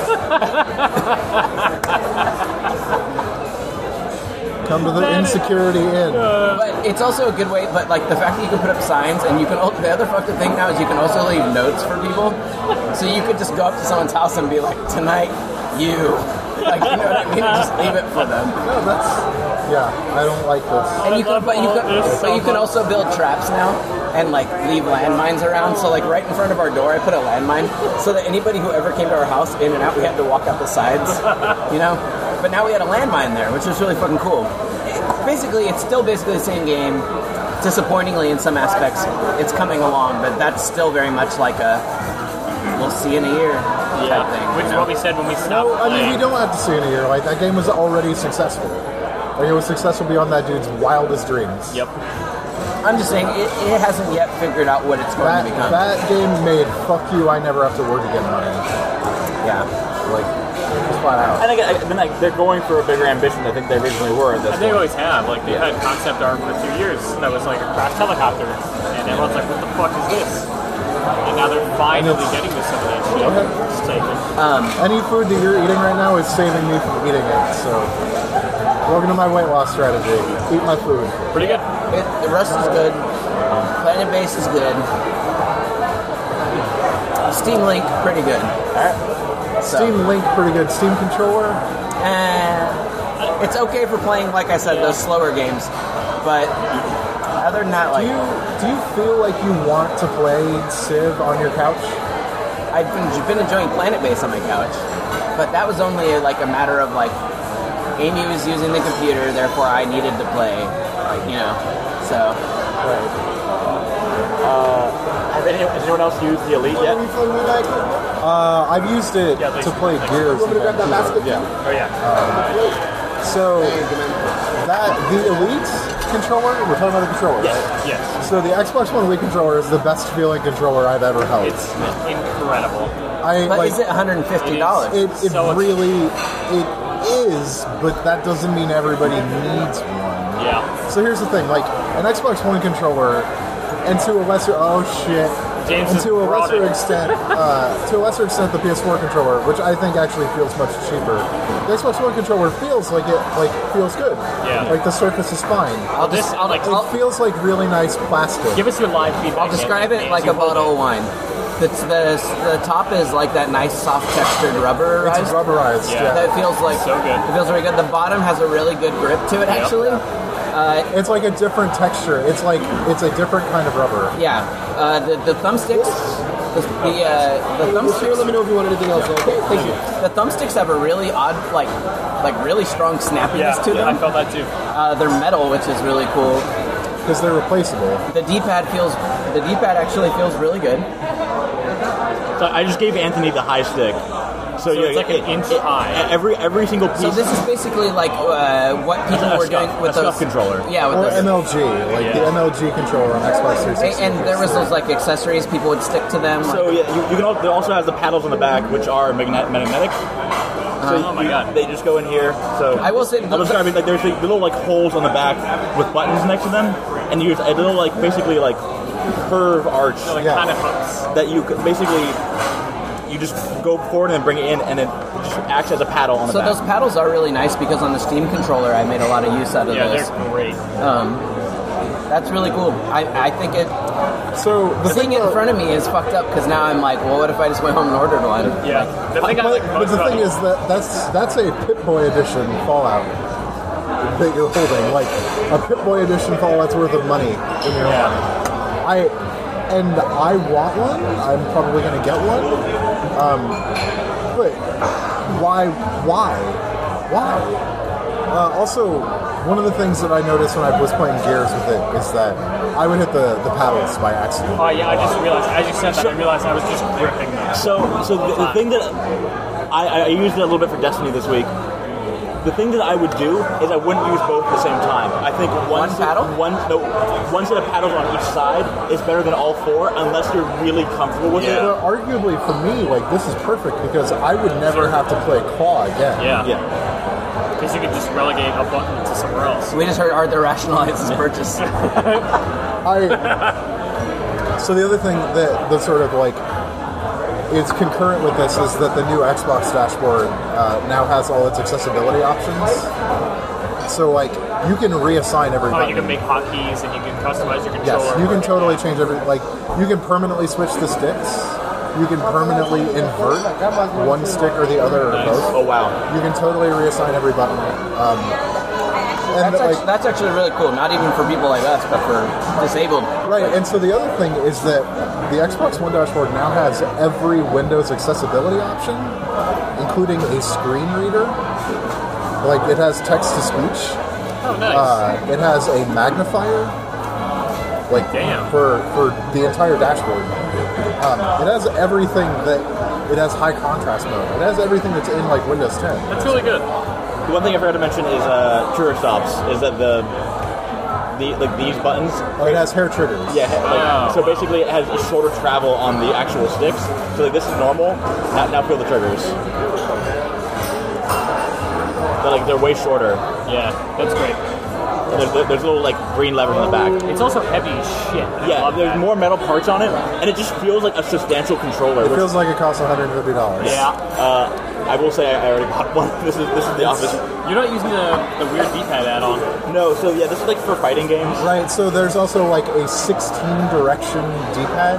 [SPEAKER 3] Come to the
[SPEAKER 4] That is-
[SPEAKER 3] Insecurity Inn.
[SPEAKER 2] But it's also a good way. But like the fact that you can put up signs and you can. al- The other fucked up thing now is you can also leave notes for people. So you could just go up to someone's house and be like, "Tonight, you." Like you know what I mean? Just leave it for them.
[SPEAKER 3] No, that's. Yeah, I don't like this.
[SPEAKER 2] And you can, but you can, but you can also build traps now and like leave landmines around. So like right in front of our door, I put a landmine so that anybody who ever came to our house in and out, we had to walk out the sides. You know. But now we had a landmine there, which was really fucking cool. It- basically, it's still basically the same game. Disappointingly, in some aspects, it's coming along, but that's still very much like a we'll see in a year type
[SPEAKER 4] Yeah,
[SPEAKER 2] thing.
[SPEAKER 4] which is what we said when we stopped
[SPEAKER 3] No, I mean,
[SPEAKER 4] playing.
[SPEAKER 3] you don't have to see any year. Like, that game was already successful. Like, it was successful beyond that dude's wildest dreams.
[SPEAKER 4] Yep.
[SPEAKER 2] I'm just saying it, it hasn't yet figured out what it's going
[SPEAKER 3] That,
[SPEAKER 2] to become.
[SPEAKER 3] that game made fuck you, I never have to work again money.
[SPEAKER 2] yeah.
[SPEAKER 3] Like, just flat out.
[SPEAKER 5] And again, I mean, like they're going for a bigger ambition than I think they originally were. At this
[SPEAKER 4] And they
[SPEAKER 5] point.
[SPEAKER 4] always have. Like, they
[SPEAKER 5] Yeah.
[SPEAKER 4] had concept art for two years that was like a crashed helicopter. And everyone's like, what the fuck is this? And now they're finally
[SPEAKER 3] it's-
[SPEAKER 4] getting to some of that shit.
[SPEAKER 3] Okay.
[SPEAKER 4] It's uh, taken.
[SPEAKER 3] Any food that you're eating right now is saving me from eating it, so. Welcome to my weight loss strategy. Eat my food.
[SPEAKER 4] Pretty good.
[SPEAKER 2] It, the rest is good. Planet Base is good. Steam Link pretty good. So,
[SPEAKER 3] Steam Link, pretty good. Steam controller?
[SPEAKER 2] eh, it's okay for playing, like I said, those slower games. But other than that,
[SPEAKER 3] Do
[SPEAKER 2] like
[SPEAKER 3] you, do you feel like you want to play Civ on your couch?
[SPEAKER 2] I've been, been enjoying Planet Base on my couch, but that was only like a matter of like Amy was using the computer, therefore I needed to play, like you know. So
[SPEAKER 5] Have any, has anyone else used the Elite yet?
[SPEAKER 3] Uh, I've used it
[SPEAKER 4] Yeah,
[SPEAKER 3] to
[SPEAKER 4] please.
[SPEAKER 3] play
[SPEAKER 4] Thanks.
[SPEAKER 6] You
[SPEAKER 3] Gears.
[SPEAKER 6] want me to grab that
[SPEAKER 3] Vancouver,
[SPEAKER 6] basket?
[SPEAKER 3] Yeah.
[SPEAKER 4] Oh, yeah.
[SPEAKER 3] So that the Elite controller, we're talking about the controller. right?
[SPEAKER 4] Yes.
[SPEAKER 3] So the Xbox One Wii controller is the best feeling controller I've ever held.
[SPEAKER 4] It's incredible.
[SPEAKER 3] I
[SPEAKER 2] But
[SPEAKER 3] like
[SPEAKER 2] is it $150?
[SPEAKER 3] it. It
[SPEAKER 4] so it's-
[SPEAKER 3] really it is, but that doesn't mean everybody needs one.
[SPEAKER 4] Yeah.
[SPEAKER 3] So here's the thing, like an Xbox One controller, and to a lesser oh shit,
[SPEAKER 4] James
[SPEAKER 3] and
[SPEAKER 4] has
[SPEAKER 3] to a
[SPEAKER 4] brought
[SPEAKER 3] lesser
[SPEAKER 4] it.
[SPEAKER 3] extent, uh, to a lesser extent, the PS4 controller, which I think actually feels much cheaper. The Xbox One controller feels like it like feels good.
[SPEAKER 4] Yeah.
[SPEAKER 3] Like the surface is fine.
[SPEAKER 4] I'll just, I'll like,
[SPEAKER 3] It feels like really nice plastic.
[SPEAKER 4] give us your live feedback.
[SPEAKER 2] I'll describe
[SPEAKER 4] Nathan,
[SPEAKER 2] it
[SPEAKER 4] as
[SPEAKER 2] like
[SPEAKER 4] you
[SPEAKER 2] a
[SPEAKER 4] hold
[SPEAKER 2] bottle
[SPEAKER 4] it.
[SPEAKER 2] of wine. The, the, the top is like that nice soft textured rubberized.
[SPEAKER 3] It's rubberized.
[SPEAKER 4] Yeah.
[SPEAKER 3] Yeah.
[SPEAKER 2] That feels like
[SPEAKER 4] So good.
[SPEAKER 2] It feels really good. The bottom has a really good grip to it, actually.
[SPEAKER 3] It's like a different texture. It's like it's a different kind of rubber.
[SPEAKER 2] Yeah. Uh, the, the thumbsticks. The the, uh, the
[SPEAKER 6] Here, let
[SPEAKER 2] thumbsticks.
[SPEAKER 6] me know if you want anything else. Okay, thank you.
[SPEAKER 2] The thumbsticks have a really odd, like, like really strong snappiness
[SPEAKER 4] Yeah,
[SPEAKER 2] to
[SPEAKER 4] I
[SPEAKER 2] them.
[SPEAKER 4] felt that too.
[SPEAKER 2] Uh, they're metal, which is really cool.
[SPEAKER 3] Because they're replaceable.
[SPEAKER 2] The D-pad feels. The D-pad actually feels really good.
[SPEAKER 5] So I just gave Anthony the high stick. So,
[SPEAKER 4] it's like an inch high.
[SPEAKER 5] Every every single piece.
[SPEAKER 2] So this is basically like uh, what people
[SPEAKER 5] a
[SPEAKER 2] were
[SPEAKER 5] scuff-
[SPEAKER 2] doing with
[SPEAKER 5] a
[SPEAKER 2] the
[SPEAKER 5] scuff controller.
[SPEAKER 2] Yeah, with
[SPEAKER 3] Or
[SPEAKER 2] those-
[SPEAKER 3] MLG, like the
[SPEAKER 4] Yeah.
[SPEAKER 3] MLG controller on Xbox 360.
[SPEAKER 2] And, and there was those like accessories people would stick to them.
[SPEAKER 5] So
[SPEAKER 2] like-
[SPEAKER 5] yeah, you, you can also, it also has the paddles on the back, which are magnet- magnetic. So
[SPEAKER 4] Oh my
[SPEAKER 5] you-
[SPEAKER 4] God.
[SPEAKER 5] They just go in here. So
[SPEAKER 2] I will say-
[SPEAKER 5] I'm describing like there's like little like holes on the back with buttons next to them, and you use a little like basically like curve arch
[SPEAKER 4] So it
[SPEAKER 3] Yeah.
[SPEAKER 4] kind of hooks.
[SPEAKER 5] that you could- basically you just go forward and bring it in, and it just acts as a paddle on the
[SPEAKER 2] So
[SPEAKER 5] back.
[SPEAKER 2] those paddles are really nice because on the Steam controller I made a lot of use out of
[SPEAKER 4] Yeah,
[SPEAKER 2] those.
[SPEAKER 4] they're great.
[SPEAKER 2] That's really cool. I, I think it
[SPEAKER 3] so the
[SPEAKER 2] seeing
[SPEAKER 3] thing
[SPEAKER 2] it in
[SPEAKER 3] about-
[SPEAKER 2] front of me is fucked up because now I'm like, well, what if I just went home and ordered one?
[SPEAKER 4] Yeah. The thing I
[SPEAKER 3] But,
[SPEAKER 4] like
[SPEAKER 3] but
[SPEAKER 4] most
[SPEAKER 3] the
[SPEAKER 4] about
[SPEAKER 3] thing
[SPEAKER 4] it-
[SPEAKER 3] is that that's that's a Pip Boy edition Fallout that you're holding. Like a Pip Boy edition Fallout's worth of money in your
[SPEAKER 4] Yeah.
[SPEAKER 3] own. I and I want one. I'm probably gonna get one. Um, but why? Why? Why? Uh, also, one of the things that I noticed when I was playing Gears with it is that I would hit the, the paddles by accident.
[SPEAKER 4] Oh yeah, I just realized. As you said that, I realized I was just gripping them.
[SPEAKER 5] So, so the, the thing that I, I used it a little bit for Destiny this week. the thing that I would do is I wouldn't use both at the same time. I think one,
[SPEAKER 2] One
[SPEAKER 5] set-
[SPEAKER 2] paddle?
[SPEAKER 5] one no, one set of paddles on each side is better than all four, unless you're really comfortable with
[SPEAKER 3] But
[SPEAKER 5] it.
[SPEAKER 3] arguably for me, like this is perfect because I would never have to play claw again.
[SPEAKER 4] Yeah.
[SPEAKER 5] Yeah.
[SPEAKER 4] Because you could just relegate a button to somewhere else.
[SPEAKER 2] We just heard Arthur rationalize his purchase.
[SPEAKER 3] I. so the other thing that that sort of like is concurrent with this is that the new Xbox dashboard uh, now has all its accessibility options. So like you can reassign every
[SPEAKER 4] Oh,
[SPEAKER 3] button.
[SPEAKER 4] you can make hotkeys and you can customize your controller.
[SPEAKER 3] yes, you can totally change every like you can permanently switch the sticks. You can permanently invert one stick or the other or both.
[SPEAKER 5] Oh wow.
[SPEAKER 3] You can totally reassign every button. Um, and
[SPEAKER 2] That's,
[SPEAKER 3] like,
[SPEAKER 2] actually, that's actually really cool. Not even for people like us, but for disabled.
[SPEAKER 3] Right, and so the other thing is that the Xbox One dashboard now has every Windows accessibility option, including a screen reader. Like it has text to speech.
[SPEAKER 4] Oh, nice.
[SPEAKER 3] Uh, it has a magnifier. Like
[SPEAKER 4] Damn.
[SPEAKER 3] for for the entire dashboard. Um, it has everything that it has high contrast mode. It has everything that's in like Windows 10.
[SPEAKER 4] That's really good.
[SPEAKER 5] The one thing I forgot to mention is uh, trigger stops. Is that the the like these buttons?
[SPEAKER 3] Oh, it has hair triggers.
[SPEAKER 5] Yeah. Like,
[SPEAKER 4] Wow.
[SPEAKER 5] So basically, it has a shorter travel on the actual sticks. So like this is normal. Now, now feel the triggers. They're like they're way shorter.
[SPEAKER 4] Yeah, that's great.
[SPEAKER 5] And There's, there's little like green levers in the back.
[SPEAKER 4] It's also heavy as shit. I
[SPEAKER 5] Yeah,
[SPEAKER 4] love
[SPEAKER 5] there's
[SPEAKER 4] that.
[SPEAKER 5] more metal parts on it, and it just feels like a substantial controller.
[SPEAKER 3] It
[SPEAKER 5] which-
[SPEAKER 3] feels like it costs $150.
[SPEAKER 5] yeah. Uh, I will say I, I already bought one. This is this is the office.
[SPEAKER 4] You're not using the, the weird D-pad add-on.
[SPEAKER 5] No, so yeah, this is like for fighting games.
[SPEAKER 3] Right, so there's also like a 16 direction D-pad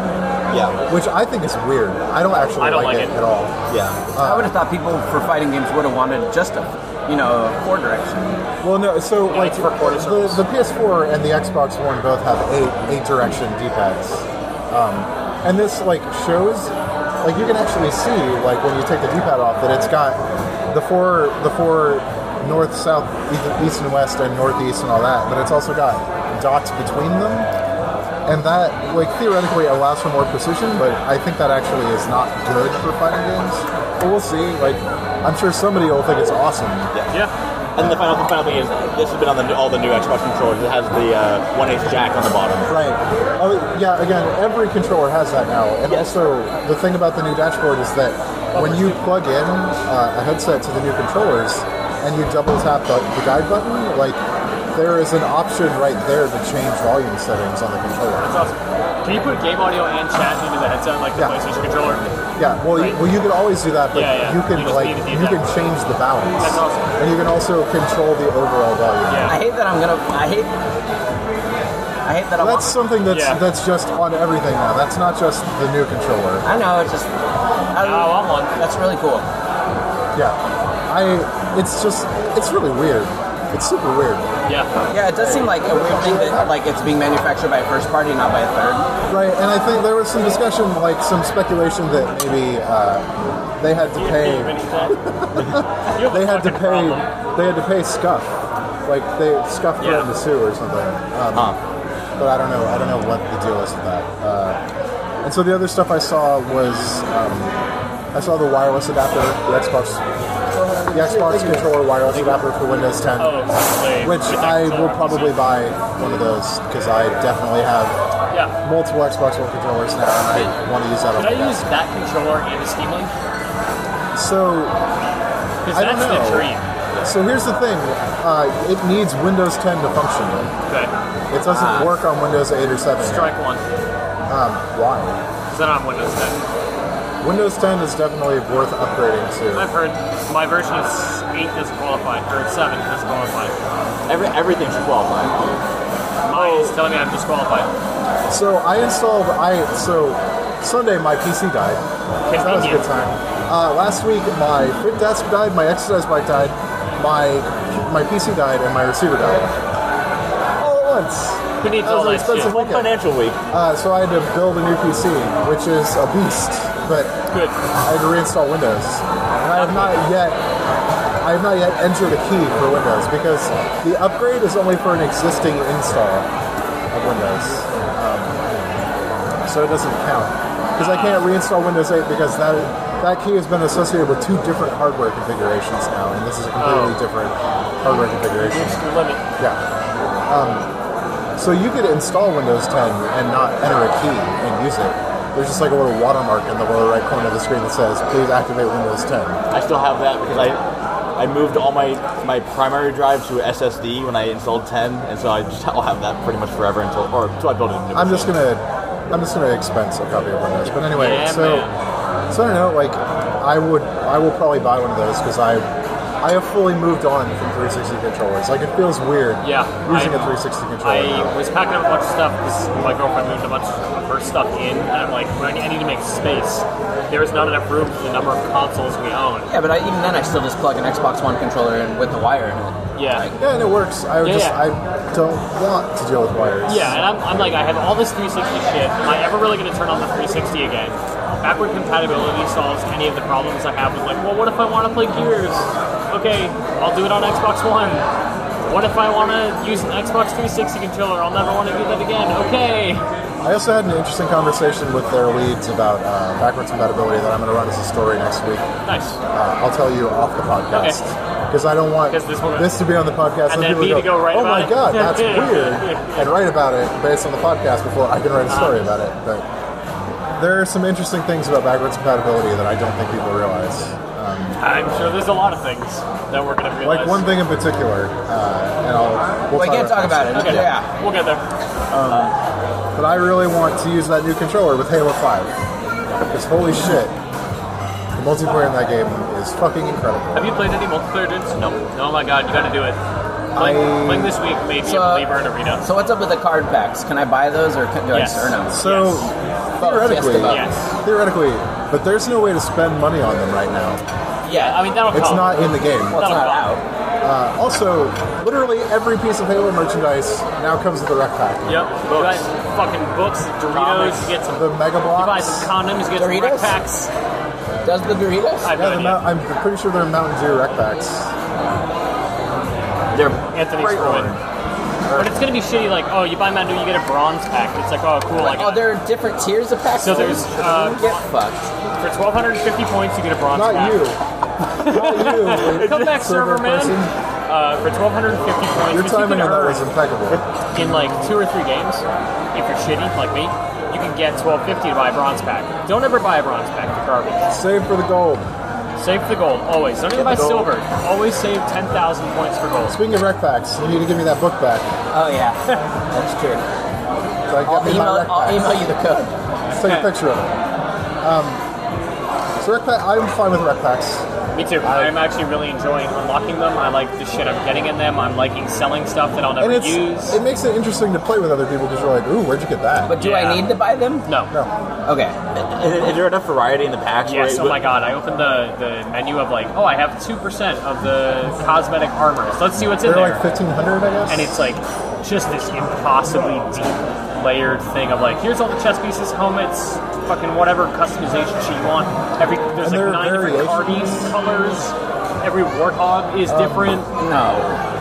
[SPEAKER 5] Yeah,
[SPEAKER 3] Which I think is weird. I don't actually
[SPEAKER 4] I don't like it.
[SPEAKER 3] at all.
[SPEAKER 5] yeah.
[SPEAKER 2] I would have thought people for fighting games would have wanted just a, you know, a four direction.
[SPEAKER 3] Well, no. So like
[SPEAKER 4] it's for quarter
[SPEAKER 3] the, the PS4 and the Xbox One both have eight eight direction D pads, um, and this like shows like you can actually see like when you take the D pad off that it's got the four the four north south east- east and west and northeast and all that, but it's also got dots between them. And that, like, theoretically allows for more precision, but I think that actually is not good for fighting games. But we'll see. Like, I'm sure somebody will think it's awesome.
[SPEAKER 4] Yeah.
[SPEAKER 5] And the final, the final thing is this has been on the, all the new Xbox controllers. It has the uh, one H jack on the bottom.
[SPEAKER 3] Right. Oh, yeah. Again, every controller has that now, and
[SPEAKER 5] Yes.
[SPEAKER 3] also the thing about the new dashboard is that when you plug in uh, a headset to the new controllers and you double tap the, the guide button, like there is an option right there to change volume settings on the controller.
[SPEAKER 4] That's awesome. Can you put game audio and chat into the headset like the
[SPEAKER 3] Yeah.
[SPEAKER 4] PlayStation controller?
[SPEAKER 3] Yeah. Well, you,
[SPEAKER 4] Right.
[SPEAKER 3] well, you could always do that, but
[SPEAKER 4] Yeah, yeah.
[SPEAKER 3] you can
[SPEAKER 4] You just
[SPEAKER 3] like
[SPEAKER 4] need to do
[SPEAKER 3] you
[SPEAKER 4] that.
[SPEAKER 3] can change the balance.
[SPEAKER 4] That's awesome.
[SPEAKER 3] And you can also control the overall volume.
[SPEAKER 2] I
[SPEAKER 4] Yeah.
[SPEAKER 2] hate that I'm gonna. I hate. I hate that I'm.
[SPEAKER 3] That's something that's
[SPEAKER 4] Yeah.
[SPEAKER 3] that's just on everything now. That's not just the new controller.
[SPEAKER 2] I know. It's just. I
[SPEAKER 4] Oh,
[SPEAKER 2] don't know.
[SPEAKER 4] I'm on.
[SPEAKER 2] That's really cool.
[SPEAKER 3] Yeah. I it's just it's really weird. It's super weird.
[SPEAKER 4] Yeah.
[SPEAKER 2] Yeah, it does seem like a weird thing that like it's being manufactured by a first party, not by a third.
[SPEAKER 3] Right, and I think there was some discussion, like some speculation that maybe uh, they had to pay
[SPEAKER 4] You have a
[SPEAKER 3] they had to
[SPEAKER 4] fucking
[SPEAKER 3] pay
[SPEAKER 4] problem.
[SPEAKER 3] they had to pay scuff. Like they scuffed her
[SPEAKER 4] Yeah.
[SPEAKER 3] in the sewer or something. Um, But I don't know. I don't know what the deal is with that. Uh, and so the other stuff I saw was um, I saw the wireless adapter, the Xbox, the Xbox controller wireless adapter for Windows 10.
[SPEAKER 4] Oh, wait.
[SPEAKER 3] Which
[SPEAKER 4] Wait,
[SPEAKER 3] I
[SPEAKER 4] that's
[SPEAKER 3] will
[SPEAKER 4] all
[SPEAKER 3] probably
[SPEAKER 4] right.
[SPEAKER 3] buy one of those because I definitely have
[SPEAKER 4] Yeah.
[SPEAKER 3] multiple Xbox One controllers now, and I want to use that on
[SPEAKER 4] Could
[SPEAKER 3] my
[SPEAKER 4] I use
[SPEAKER 3] desk.
[SPEAKER 4] that controller and the Steam Link?
[SPEAKER 3] So,
[SPEAKER 4] Because
[SPEAKER 3] I don't
[SPEAKER 4] that's the
[SPEAKER 3] know.
[SPEAKER 4] dream.
[SPEAKER 3] so here's the thing: uh, it needs Windows 10 to function.
[SPEAKER 4] Okay.
[SPEAKER 3] It doesn't work on Windows 8 or 7. yet.
[SPEAKER 4] Strike one.
[SPEAKER 3] Um, why?
[SPEAKER 4] Because then I'm Windows 10.
[SPEAKER 3] Windows 10 is definitely worth upgrading to.
[SPEAKER 4] I've heard my version of 8 doesn't qualify, or 7 doesn't qualify.
[SPEAKER 5] Every, everything should qualify.
[SPEAKER 4] Mine
[SPEAKER 3] Oh.
[SPEAKER 4] is telling me I'm disqualified.
[SPEAKER 3] So I installed. I so Sunday my PC died. So that was a
[SPEAKER 4] Convenient.
[SPEAKER 3] good time. Uh, last week my fit desk died, my exercise bike died, my my PC died, and my receiver died. All at once.
[SPEAKER 4] Who needs
[SPEAKER 3] That was
[SPEAKER 4] all
[SPEAKER 3] an
[SPEAKER 4] that shit?
[SPEAKER 3] expensive
[SPEAKER 5] One
[SPEAKER 3] weekend.
[SPEAKER 5] financial week.
[SPEAKER 3] Uh, so I had to build a new PC, which is a beast, but
[SPEAKER 4] Good.
[SPEAKER 3] I had to reinstall Windows. And I have not yet I have not yet entered a key for Windows because the upgrade is only for an existing install of Windows. Um, so it doesn't count. Because I can't reinstall Windows 8 because that that key has been associated with two different hardware configurations now, and this is a completely different hardware configuration.
[SPEAKER 4] Your limit.
[SPEAKER 3] Yeah. Um, so you could install Windows 10 and not enter a key and use it. There's just like a little watermark in the lower right corner of the screen that says, "Please activate Windows 10."
[SPEAKER 5] I still have that because I I moved all my my primary drive to SSD when I installed 10, and so I just I'll have that pretty much forever until or until I build it.
[SPEAKER 3] I'm just gonna, I'm just gonna expense a copy of Windows. But anyway,
[SPEAKER 4] Yeah,
[SPEAKER 3] so so I don't know. Like, I would, I will probably buy one of those because I, I have fully moved on from 360 controllers. Like, it feels weird
[SPEAKER 4] Yeah,
[SPEAKER 3] using
[SPEAKER 4] I-
[SPEAKER 3] a 360 controller. now.
[SPEAKER 4] I was packing up a bunch of stuff because my girlfriend moved a bunch of her stuff in, and I'm like, I need, I need to make space. There is not enough room for the number of consoles we own.
[SPEAKER 2] Yeah, but I, even then, I still just plug an Xbox One controller in with the wire in it.
[SPEAKER 4] Yeah.
[SPEAKER 3] Yeah, and it works. I would
[SPEAKER 4] Yeah,
[SPEAKER 3] just
[SPEAKER 4] yeah.
[SPEAKER 3] I don't want to deal with wires.
[SPEAKER 4] Yeah, and I'm, I'm like, I have all this 360 shit. Am I ever really going to turn on the 360 again? Backward compatibility solves any of the problems I have with, like, well, what if I want to play Gears? Okay, I'll do it on Xbox One. What if I want to use an Xbox 360 controller? I'll never want to do that again. Okay.
[SPEAKER 3] I also had an interesting conversation with their leads about uh, backwards compatibility that I'm going to run as a story next week.
[SPEAKER 4] Nice.
[SPEAKER 3] Uh, I'll tell you off the podcast because I don't want
[SPEAKER 4] 'Cause this will-
[SPEAKER 3] this to be on the podcast.
[SPEAKER 4] And
[SPEAKER 3] then
[SPEAKER 4] then
[SPEAKER 3] people
[SPEAKER 4] me to go write
[SPEAKER 3] oh my
[SPEAKER 4] about it."
[SPEAKER 3] god, that's weird, and write about it based on the podcast before I can write a story about it. But there are some interesting things about backwards compatibility that I don't think people realize.
[SPEAKER 4] I'm sure there's a lot of things that we're going to realize.
[SPEAKER 3] Like one thing in particular, uh, and I'll we'll
[SPEAKER 2] Well, I can't talk about it.
[SPEAKER 4] Okay,
[SPEAKER 2] Yeah.
[SPEAKER 4] We'll get there.
[SPEAKER 3] But I really want to use that new controller with Halo 5. Because holy shit, the multiplayer in that game is fucking incredible.
[SPEAKER 4] Have you played any multiplayer dudes? No. Oh my god, you gotta do it. Playing,
[SPEAKER 3] I-
[SPEAKER 4] playing this week made me
[SPEAKER 2] So-
[SPEAKER 4] a believer in Arena.
[SPEAKER 2] So what's up with the card packs? Can I buy those or can, do
[SPEAKER 4] Yes.
[SPEAKER 2] I or no?
[SPEAKER 3] So theoretically,
[SPEAKER 2] Yes, about-
[SPEAKER 4] Yes.
[SPEAKER 3] theoretically, but there's no way to spend money on them right now.
[SPEAKER 4] Yeah, I mean, that'll
[SPEAKER 3] It's
[SPEAKER 4] come.
[SPEAKER 3] not in the game.
[SPEAKER 2] Well, it's not
[SPEAKER 4] Not a lot.
[SPEAKER 2] out.
[SPEAKER 3] Uh, also, literally every piece of Halo merchandise now comes with a rec pack.
[SPEAKER 4] Yep. You buy fucking books, Doritos, you get some.
[SPEAKER 3] The Mega
[SPEAKER 4] You buy
[SPEAKER 3] Blocks.
[SPEAKER 4] some condoms, you get some
[SPEAKER 2] Doritos?
[SPEAKER 4] rec packs.
[SPEAKER 2] Does the Doritos?
[SPEAKER 4] I have
[SPEAKER 3] Yeah,
[SPEAKER 4] no
[SPEAKER 3] the
[SPEAKER 4] idea.
[SPEAKER 3] Mou- I'm pretty sure they're Mountain Dew rec packs.
[SPEAKER 5] They're
[SPEAKER 4] Anthony's ruined. But it's gonna be shitty, like, oh, you buy Mountain Dew, you get a bronze pack. It's like, oh, cool. Like,
[SPEAKER 2] oh, there are different tiers of packs.
[SPEAKER 4] So there's, uh,
[SPEAKER 2] get fucked.
[SPEAKER 4] for 1,250 points, you get a bronze
[SPEAKER 3] Not
[SPEAKER 4] pack.
[SPEAKER 3] you. Not you.
[SPEAKER 4] Come back, server man.
[SPEAKER 3] person.
[SPEAKER 4] Uh, for 1,250 points,
[SPEAKER 3] Your
[SPEAKER 4] which you
[SPEAKER 3] timing
[SPEAKER 4] can
[SPEAKER 3] on that
[SPEAKER 4] earn
[SPEAKER 3] was impeccable.
[SPEAKER 4] in like two or three games, if you're shitty like me, you can get 1250 to buy a bronze pack. Don't ever buy a bronze pack for garbage.
[SPEAKER 3] Save for the gold.
[SPEAKER 4] Save for the gold always. Don't even buy
[SPEAKER 3] the gold.
[SPEAKER 4] silver. Always save 10,000 points for gold.
[SPEAKER 3] Speaking of rec packs, you need to give me that book back.
[SPEAKER 2] Oh yeah, that's true.
[SPEAKER 3] So I can
[SPEAKER 2] I'll
[SPEAKER 3] get
[SPEAKER 2] Oh,
[SPEAKER 3] me
[SPEAKER 2] email,
[SPEAKER 3] my rec
[SPEAKER 2] I'll
[SPEAKER 3] packs.
[SPEAKER 2] email you the code.
[SPEAKER 3] Let's take a picture of it. Um, so rec pack, I'm fine with rec packs.
[SPEAKER 4] Me too. I'm actually really enjoying unlocking them. I like the shit I'm getting in them. I'm liking selling stuff that I'll
[SPEAKER 3] And it's
[SPEAKER 4] never use.
[SPEAKER 3] it makes it interesting to play with other people because you're like, ooh, where'd you get that?
[SPEAKER 2] But do
[SPEAKER 4] Yeah.
[SPEAKER 2] I need to buy them?
[SPEAKER 4] no.
[SPEAKER 3] no.
[SPEAKER 2] Okay.
[SPEAKER 5] Is, is there enough variety in the packs? where
[SPEAKER 4] Yes,
[SPEAKER 5] it
[SPEAKER 4] oh
[SPEAKER 5] would-
[SPEAKER 4] my god, I opened the, the menu of like, oh, I have 2% of the cosmetic armors. Let's see what's in
[SPEAKER 3] They're
[SPEAKER 4] there.
[SPEAKER 3] like 1500, I guess.
[SPEAKER 4] and it's like just this impossibly deep layered thing of like here's all the chess pieces, helmets, fucking whatever customization shit you want. Every there's
[SPEAKER 3] And there
[SPEAKER 4] like
[SPEAKER 3] are
[SPEAKER 4] nine different
[SPEAKER 3] variations. Um,
[SPEAKER 4] parties, colors. Every warthog is different.
[SPEAKER 2] No.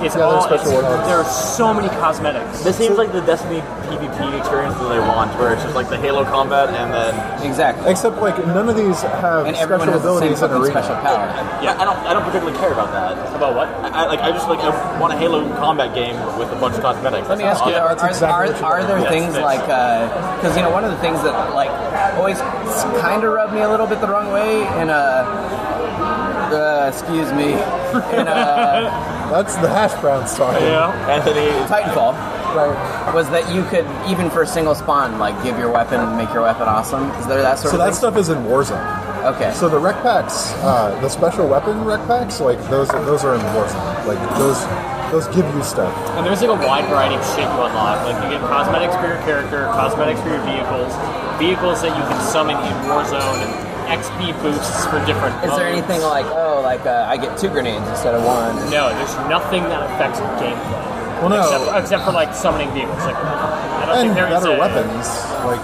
[SPEAKER 4] It's
[SPEAKER 3] Yeah, there's
[SPEAKER 4] all
[SPEAKER 3] special
[SPEAKER 4] it's-
[SPEAKER 3] warthogs.
[SPEAKER 4] there are so many cosmetics.
[SPEAKER 5] This seems like the Destiny PvP experience that they want, where it's just like the Halo combat and then
[SPEAKER 2] Exactly.
[SPEAKER 3] Except like none of these have
[SPEAKER 2] And everyone
[SPEAKER 3] special
[SPEAKER 2] has the same
[SPEAKER 3] abilities in
[SPEAKER 2] fucking
[SPEAKER 3] arena.
[SPEAKER 2] special power.
[SPEAKER 5] yeah, I don't I don't particularly care about that.
[SPEAKER 4] About what?
[SPEAKER 5] I, I- like I just like I want a Halo combat game with a bunch of cosmetics.
[SPEAKER 2] Let me ask you:
[SPEAKER 5] Awesome.
[SPEAKER 2] Are,
[SPEAKER 3] that's exactly
[SPEAKER 2] are,
[SPEAKER 3] what you
[SPEAKER 2] are,
[SPEAKER 3] want.
[SPEAKER 2] there
[SPEAKER 5] Yes,
[SPEAKER 2] things
[SPEAKER 5] yes.
[SPEAKER 2] like because you know one of the things that like always kind of rubbed me a little bit the wrong way in uh, uh excuse me in uh,
[SPEAKER 3] That's the hash browns talking.
[SPEAKER 4] Yeah.
[SPEAKER 5] Anthony.
[SPEAKER 2] Titanfall
[SPEAKER 3] Right.
[SPEAKER 2] was that you could even for a single spawn like give your weapon make your weapon awesome. Is there that sort
[SPEAKER 3] So
[SPEAKER 2] of
[SPEAKER 3] that stuff is in Warzone.
[SPEAKER 2] thing? okay?
[SPEAKER 3] So the rec packs, uh, the special weapon rec packs, like those, those are in Warzone. Like those, those give you stuff.
[SPEAKER 4] And there's like a wide variety of shit you unlock. Like you get cosmetics for your character, cosmetics for your vehicles, vehicles that you can summon in Warzone, and XP boosts for different.
[SPEAKER 2] is there
[SPEAKER 4] modes.
[SPEAKER 2] anything like oh like uh, I get two grenades instead of one?
[SPEAKER 4] No, there's nothing that affects gameplay.
[SPEAKER 3] Well, no.
[SPEAKER 4] Except, except for like summoning vehicles. Like, I don't
[SPEAKER 3] Oh. and
[SPEAKER 4] think there is
[SPEAKER 3] better
[SPEAKER 4] a,
[SPEAKER 3] weapons. Like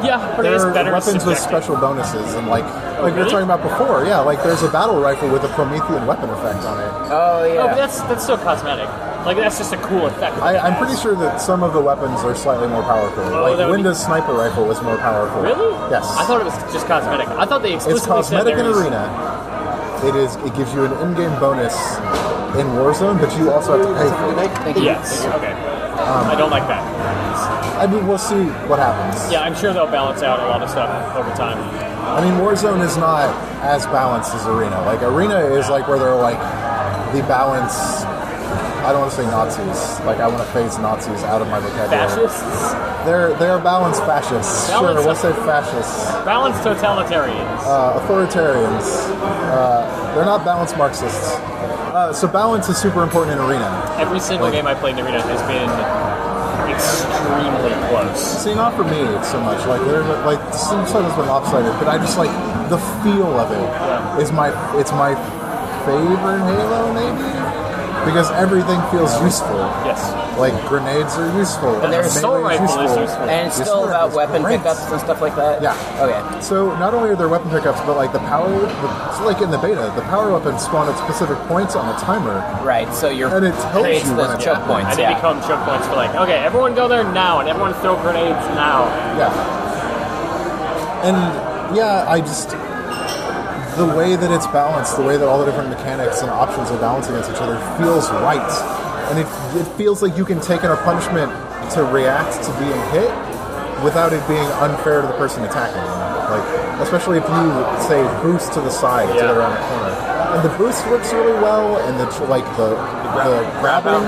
[SPEAKER 4] Yeah, there
[SPEAKER 3] there
[SPEAKER 4] is
[SPEAKER 3] are
[SPEAKER 4] better
[SPEAKER 3] weapons with
[SPEAKER 4] subjective.
[SPEAKER 3] special bonuses, and like like we were
[SPEAKER 4] really?
[SPEAKER 3] talking about before, yeah. Like there's a battle rifle with a Promethean weapon effect on it.
[SPEAKER 2] Oh yeah.
[SPEAKER 4] Oh, but that's that's still cosmetic. Like that's just a cool effect.
[SPEAKER 3] I, I'm pretty sure that some of the weapons are slightly more powerful. like
[SPEAKER 4] Oh, that would be-
[SPEAKER 3] Windows sniper rifle was more powerful.
[SPEAKER 4] Really?
[SPEAKER 3] Yes.
[SPEAKER 4] I thought it was just cosmetic. I thought they
[SPEAKER 3] it's
[SPEAKER 4] explicitly said
[SPEAKER 3] cosmetic
[SPEAKER 4] there
[SPEAKER 3] in
[SPEAKER 4] is-
[SPEAKER 3] arena. It is. It gives you an in-game bonus in Warzone, but you also have to pay for it.
[SPEAKER 2] Thank you.
[SPEAKER 4] Yeah. Okay.
[SPEAKER 3] Um,
[SPEAKER 4] I don't like that.
[SPEAKER 3] I mean, we'll see what happens.
[SPEAKER 4] Yeah, I'm sure they'll balance out a lot of stuff over time.
[SPEAKER 3] I mean, Warzone is not as balanced as Arena. Like Arena is like where they're like the balance. I don't want to say Nazis. Like I want to phase Nazis out of my vocabulary.
[SPEAKER 4] Fascists,
[SPEAKER 3] They're they are balanced fascists.
[SPEAKER 4] Balanced-
[SPEAKER 3] sure, we'll say fascists.
[SPEAKER 4] balanced totalitarians.
[SPEAKER 3] Uh, authoritarians. Uh, they're not balanced Marxists. Uh, so balance is super important in Arena.
[SPEAKER 4] Every single game I played in arena has been extremely close.
[SPEAKER 3] See, not for me so much. Like there's like some stuff has been lopsided, but I just like the feel of it is my it's my favorite Halo maybe because everything feels useful.
[SPEAKER 4] Yes.
[SPEAKER 3] Like grenades are useful.
[SPEAKER 4] And their assault
[SPEAKER 3] melee
[SPEAKER 4] rifle is useful.
[SPEAKER 2] And it's
[SPEAKER 3] Your
[SPEAKER 2] still
[SPEAKER 3] sword
[SPEAKER 2] about
[SPEAKER 3] is
[SPEAKER 2] weapon
[SPEAKER 3] great.
[SPEAKER 2] pickups and stuff like that.
[SPEAKER 3] Yeah.
[SPEAKER 2] Okay.
[SPEAKER 3] So not only are there weapon pickups, but like the power, the, so, like in the beta, the power weapons spawn at specific points on the timer.
[SPEAKER 2] Right. So you're
[SPEAKER 3] And it tells
[SPEAKER 2] creates
[SPEAKER 3] you when
[SPEAKER 2] those
[SPEAKER 3] it's
[SPEAKER 2] choke
[SPEAKER 3] happening.
[SPEAKER 2] points.
[SPEAKER 4] And they
[SPEAKER 2] Yeah.
[SPEAKER 4] become choke points for like, okay, everyone go there now, and everyone throw grenades now.
[SPEAKER 3] Yeah. And yeah, I just the way that it's balanced, the way that all the different mechanics and options are balanced against each other feels right, and it it feels like you can take in a punishment to react to being hit without it being unfair to the person attacking you. Like especially if you say boost to the side to
[SPEAKER 4] Yeah.
[SPEAKER 3] the around the corner, and the boost works really well, and the tr- like the the grabbing.